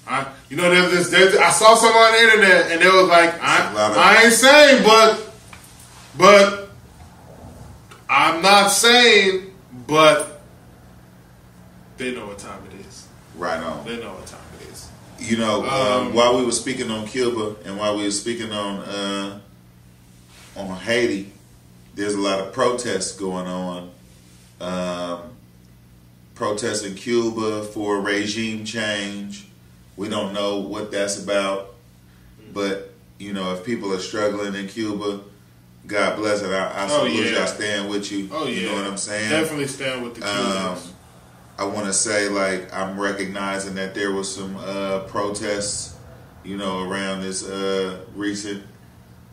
[SPEAKER 2] I, you know, there's this. There's, I saw someone on the internet, and they was like,
[SPEAKER 1] It's a
[SPEAKER 2] I,
[SPEAKER 1] lot of-
[SPEAKER 2] "I ain't saying, but, but I'm I'm not saying, but they know what time it is.
[SPEAKER 1] Right on.
[SPEAKER 2] They know what time it is.
[SPEAKER 1] You know, um,
[SPEAKER 2] Um,
[SPEAKER 1] while we were speaking on Cuba and while we were speaking on uh, on Haiti, there's a lot of protests going on. Um, protests in Cuba for regime change. We don't know what that's about, but you know, if people are struggling in Cuba, God bless it. I, I
[SPEAKER 2] Oh,
[SPEAKER 1] suppose
[SPEAKER 2] yeah.
[SPEAKER 1] I stand with you.
[SPEAKER 2] Oh yeah,
[SPEAKER 1] you know what I'm saying.
[SPEAKER 2] Definitely stand with the
[SPEAKER 1] Um,
[SPEAKER 2] Cubans.
[SPEAKER 1] I want to say like I'm recognizing that there was some uh, protests, you know, around this uh, recent.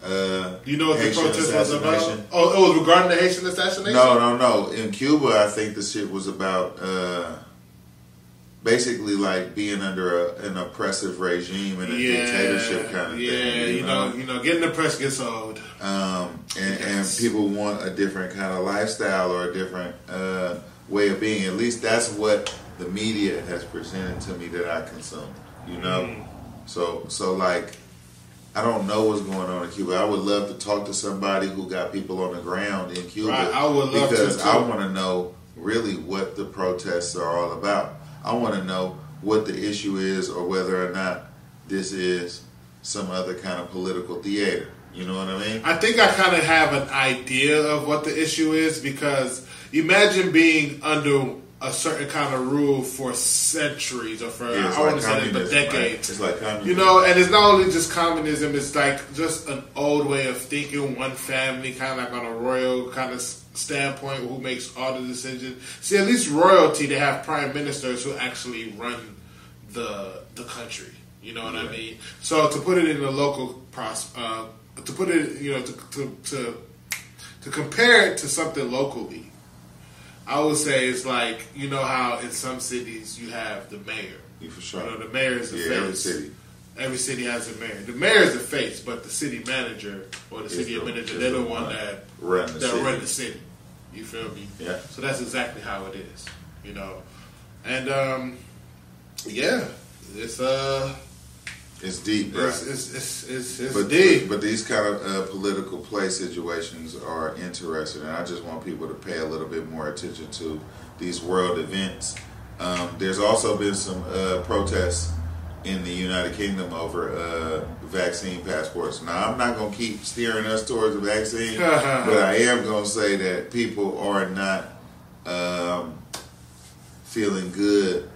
[SPEAKER 1] Uh,
[SPEAKER 2] you know what the
[SPEAKER 1] Haitian
[SPEAKER 2] protest was about?
[SPEAKER 1] assassination.
[SPEAKER 2] Oh, it was regarding the Haitian assassination.
[SPEAKER 1] No, no, no. In Cuba, I think the shit was about uh, basically like being under a, an oppressive regime and a dictatorship kind of
[SPEAKER 2] yeah,
[SPEAKER 1] thing.
[SPEAKER 2] you know, you know, getting the press gets old.
[SPEAKER 1] um, and, and
[SPEAKER 2] Yes.
[SPEAKER 1] people want a different kind of lifestyle or a different uh, way of being. At least that's what the media has presented to me that I consume. You know,
[SPEAKER 2] Mm. Mm-hmm.
[SPEAKER 1] so so like I don't know what's going on in Cuba. I would love to talk to somebody who got people on the ground in Cuba.
[SPEAKER 2] Right, I would love to,
[SPEAKER 1] because
[SPEAKER 2] too.
[SPEAKER 1] I want to know really what the protests are all about. I want to know what the issue is or whether or not this is some other kind of political theater. You know what I mean?
[SPEAKER 2] I think I kind of have an idea of what the issue is because imagine being under a certain kind of rule for centuries or for
[SPEAKER 1] Yeah, it's
[SPEAKER 2] I
[SPEAKER 1] like
[SPEAKER 2] want to say that, but
[SPEAKER 1] communism, right?
[SPEAKER 2] decades.
[SPEAKER 1] It's like communism.
[SPEAKER 2] You know, and it's not only just communism; it's like just an old way of thinking, one family, kind of like on a royal kind of s- standpoint, who makes all the decisions. See, at least royalty, they have prime ministers who actually run the the country. You know what I mean? So to put it in the local pros, uh, to put it, you know, to to, to to compare it to something locally, I would say it's like you know how in some cities you have the mayor.
[SPEAKER 1] You for
[SPEAKER 2] You
[SPEAKER 1] sure.
[SPEAKER 2] know, the mayor is the
[SPEAKER 1] yeah,
[SPEAKER 2] face.
[SPEAKER 1] every city.
[SPEAKER 2] Every city has a mayor. The mayor is the face, but the city manager or the city
[SPEAKER 1] the-
[SPEAKER 2] manager,
[SPEAKER 1] is
[SPEAKER 2] they're the
[SPEAKER 1] the
[SPEAKER 2] one
[SPEAKER 1] one
[SPEAKER 2] that
[SPEAKER 1] Run the
[SPEAKER 2] that
[SPEAKER 1] city.
[SPEAKER 2] run the city. You feel me?
[SPEAKER 1] Yeah.
[SPEAKER 2] So that's exactly how it is. You know, and um, yeah, it's uh,
[SPEAKER 1] It's deep, bro.
[SPEAKER 2] it's it's it's it's, it's
[SPEAKER 1] but,
[SPEAKER 2] deep.
[SPEAKER 1] but these kind of uh, political play situations are interesting, and I just want people to pay a little bit more attention to these world events. Um, there's also been some uh, protests in the United Kingdom over uh, vaccine passports. Now, I'm not going to keep steering us towards the vaccine, but I am going to say that people are not um, feeling good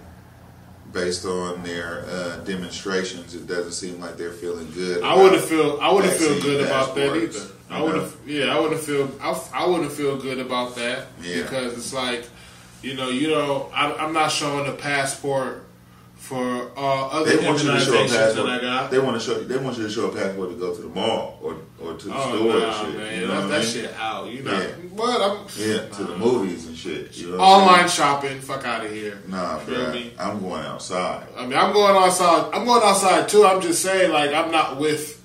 [SPEAKER 1] based on their uh, demonstrations. It doesn't seem like they're feeling good.
[SPEAKER 2] I
[SPEAKER 1] about-
[SPEAKER 2] wouldn't feel I wouldn't feel
[SPEAKER 1] vaccine
[SPEAKER 2] good about that
[SPEAKER 1] passports,
[SPEAKER 2] either.
[SPEAKER 1] you
[SPEAKER 2] I
[SPEAKER 1] know?
[SPEAKER 2] wouldn't. Yeah, I wouldn't feel. I, f- I wouldn't feel good about that
[SPEAKER 1] Yeah.
[SPEAKER 2] because it's like, you know, you know, I, I'm not showing a passport for all other
[SPEAKER 1] They want you to show a
[SPEAKER 2] immunizations that I
[SPEAKER 1] passport.
[SPEAKER 2] got.
[SPEAKER 1] They want to show. They want you to show a passport to go to the mall or or to the
[SPEAKER 2] oh
[SPEAKER 1] store
[SPEAKER 2] nah,
[SPEAKER 1] and shit.
[SPEAKER 2] man,
[SPEAKER 1] you know
[SPEAKER 2] that,
[SPEAKER 1] what I
[SPEAKER 2] that
[SPEAKER 1] mean?
[SPEAKER 2] shit out. You know,
[SPEAKER 1] Yeah.
[SPEAKER 2] but I'm
[SPEAKER 1] Yeah, to the
[SPEAKER 2] nah.
[SPEAKER 1] movies and shit. You know what I'm
[SPEAKER 2] Online shopping, fuck out of here.
[SPEAKER 1] saying? Nah,
[SPEAKER 2] Feel
[SPEAKER 1] bro.
[SPEAKER 2] me?
[SPEAKER 1] I'm going outside.
[SPEAKER 2] I mean, I'm going outside. I'm going outside too. I'm just saying, like, I'm not with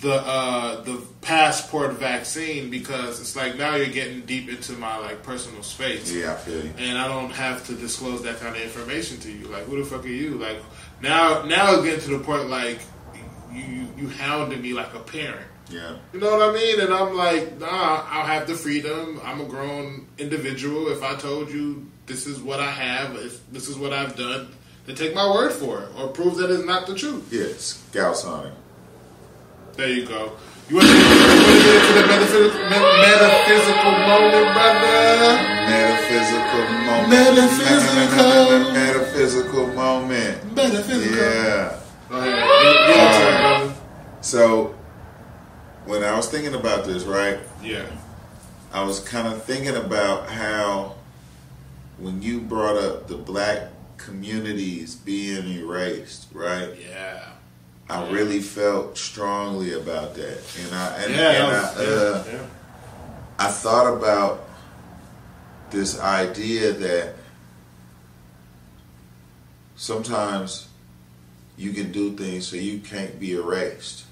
[SPEAKER 2] the uh, the passport vaccine because it's like now you're getting deep into my like personal space,
[SPEAKER 1] Yeah, I feel you.
[SPEAKER 2] and I don't have to disclose that kind of information to you. Like, who the fuck are you? Like, now now it's getting to the point like you you, you hounding me like a parent.
[SPEAKER 1] Yeah,
[SPEAKER 2] You know what I mean? And I'm like, nah, I'll have the freedom. I'm a grown individual. If I told you this is what I have, if this is what I've done, then take my word for it or prove that it's not the truth.
[SPEAKER 1] yeah. Scouts on it.
[SPEAKER 2] There you go. You want to get into the metaphysical, me- metaphysical moment, brother?
[SPEAKER 1] Metaphysical moment.
[SPEAKER 2] Metaphysical.
[SPEAKER 1] Metaphysical moment.
[SPEAKER 2] Metaphysical.
[SPEAKER 1] Yeah. Uh,
[SPEAKER 2] Go ahead. Your- your turn, brother.
[SPEAKER 1] So when I was thinking about this, right?
[SPEAKER 2] Yeah.
[SPEAKER 1] I was kind of thinking about how when you brought up the black communities being erased, right?
[SPEAKER 2] Yeah.
[SPEAKER 1] I really felt strongly about that, and I and,
[SPEAKER 2] Yeah. that
[SPEAKER 1] and I,
[SPEAKER 2] was-
[SPEAKER 1] uh,
[SPEAKER 2] yeah, yeah.
[SPEAKER 1] I thought about this idea that sometimes you can do things so you can't be erased.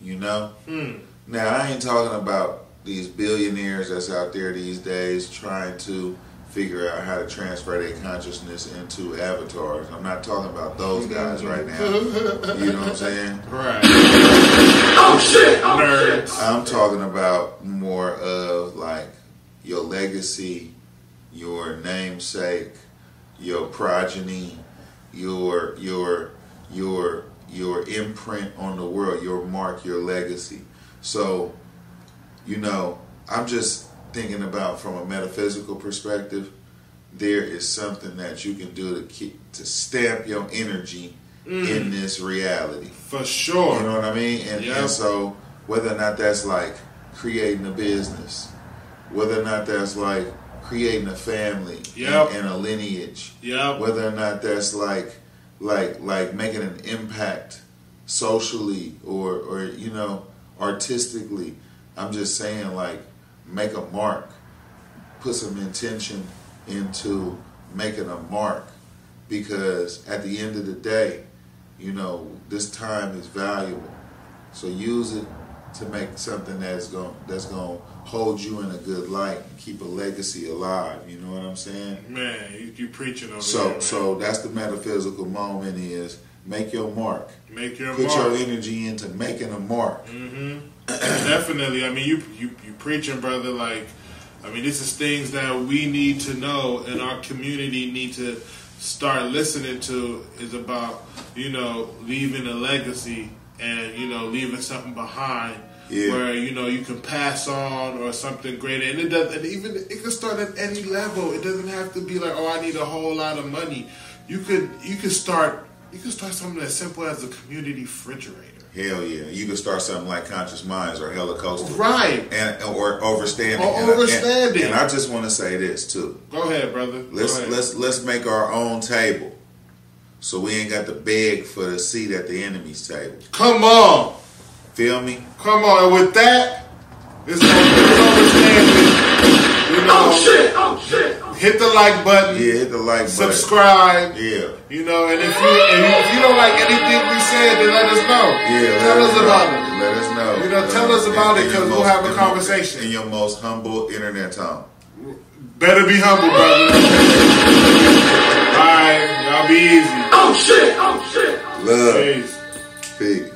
[SPEAKER 1] You know? Now, I ain't talking about these billionaires that's out there these days trying to figure out how to transfer their consciousness into avatars. I'm not talking about those guys right now. you know what I'm saying?
[SPEAKER 2] Right.
[SPEAKER 3] Oh shit! Oh shit!
[SPEAKER 2] Nerds.
[SPEAKER 1] I'm talking about more of like your legacy, your namesake, your progeny, your your your your imprint on the world, your mark, your legacy. So, you know, I'm just thinking about from a metaphysical perspective, there is something that you can do to keep to stamp your energy in this reality.
[SPEAKER 2] for sure.
[SPEAKER 1] You know what I mean? And,
[SPEAKER 2] Yeah.
[SPEAKER 1] and so whether or not that's like creating a business, whether or not that's like creating a family
[SPEAKER 2] Yep.
[SPEAKER 1] and, and a lineage,
[SPEAKER 2] Yep.
[SPEAKER 1] whether or not that's like like like making an impact socially or or you know artistically. I'm just saying like make a mark, put some intention into making a mark because at the end of the day, you know, this time is valuable. So use it to make something that's going that's going to hold you in a good light and keep a legacy alive, you know what I'm saying?
[SPEAKER 2] Man, you, you preaching over
[SPEAKER 1] So
[SPEAKER 2] here. man.
[SPEAKER 1] so that's the metaphysical moment is make your mark.
[SPEAKER 2] make your
[SPEAKER 1] Put
[SPEAKER 2] mark. Mm-hmm.
[SPEAKER 1] your energy into making a mark.
[SPEAKER 2] Definitely. I mean, you you you preaching, brother. Like, I mean, this is things that we need to know, and our community need to start listening to. Is about you know leaving a legacy and you know leaving something behind.
[SPEAKER 1] Yeah.
[SPEAKER 2] Where you know you can pass on or something greater, and it does. And even it can start at any level. It doesn't have to be like, oh, I need a whole lot of money. You could you could start you could start something as simple as a community refrigerator.
[SPEAKER 1] Hell yeah. You can start something like Conscious Minds or Holocaust.
[SPEAKER 2] Right.
[SPEAKER 1] And or overstanding.
[SPEAKER 2] Or
[SPEAKER 1] And I- and-
[SPEAKER 2] overstanding.
[SPEAKER 1] and I just want to say this too.
[SPEAKER 2] Go ahead, brother.
[SPEAKER 1] Let's
[SPEAKER 2] Go ahead.
[SPEAKER 1] let's let's make our own table, so we ain't got to beg for the seat at the enemy's table.
[SPEAKER 2] Come on.
[SPEAKER 1] Feel me?
[SPEAKER 2] Come on. And with that, it's gonna be understanding. You know,
[SPEAKER 3] Oh shit! Oh shit! Oh
[SPEAKER 2] hit the like button,
[SPEAKER 1] Yeah, hit the like button.
[SPEAKER 2] subscribe.
[SPEAKER 1] Yeah,
[SPEAKER 2] You know, and if you and if you don't like anything we said, then let us know.
[SPEAKER 1] yeah. let
[SPEAKER 2] tell us
[SPEAKER 1] know.
[SPEAKER 2] about it.
[SPEAKER 1] Let us know.
[SPEAKER 2] You know, tell
[SPEAKER 1] Uh,
[SPEAKER 2] us about
[SPEAKER 1] in-
[SPEAKER 2] it
[SPEAKER 1] in
[SPEAKER 2] 'cause
[SPEAKER 1] your
[SPEAKER 2] we'll
[SPEAKER 1] most-
[SPEAKER 2] have a
[SPEAKER 1] in your-
[SPEAKER 2] conversation.
[SPEAKER 1] in your most humble internet tone.
[SPEAKER 2] Better be humble, brother. All right, y'all be easy.
[SPEAKER 3] Oh shit! Oh shit!
[SPEAKER 1] Love,
[SPEAKER 2] Peace.
[SPEAKER 1] peace.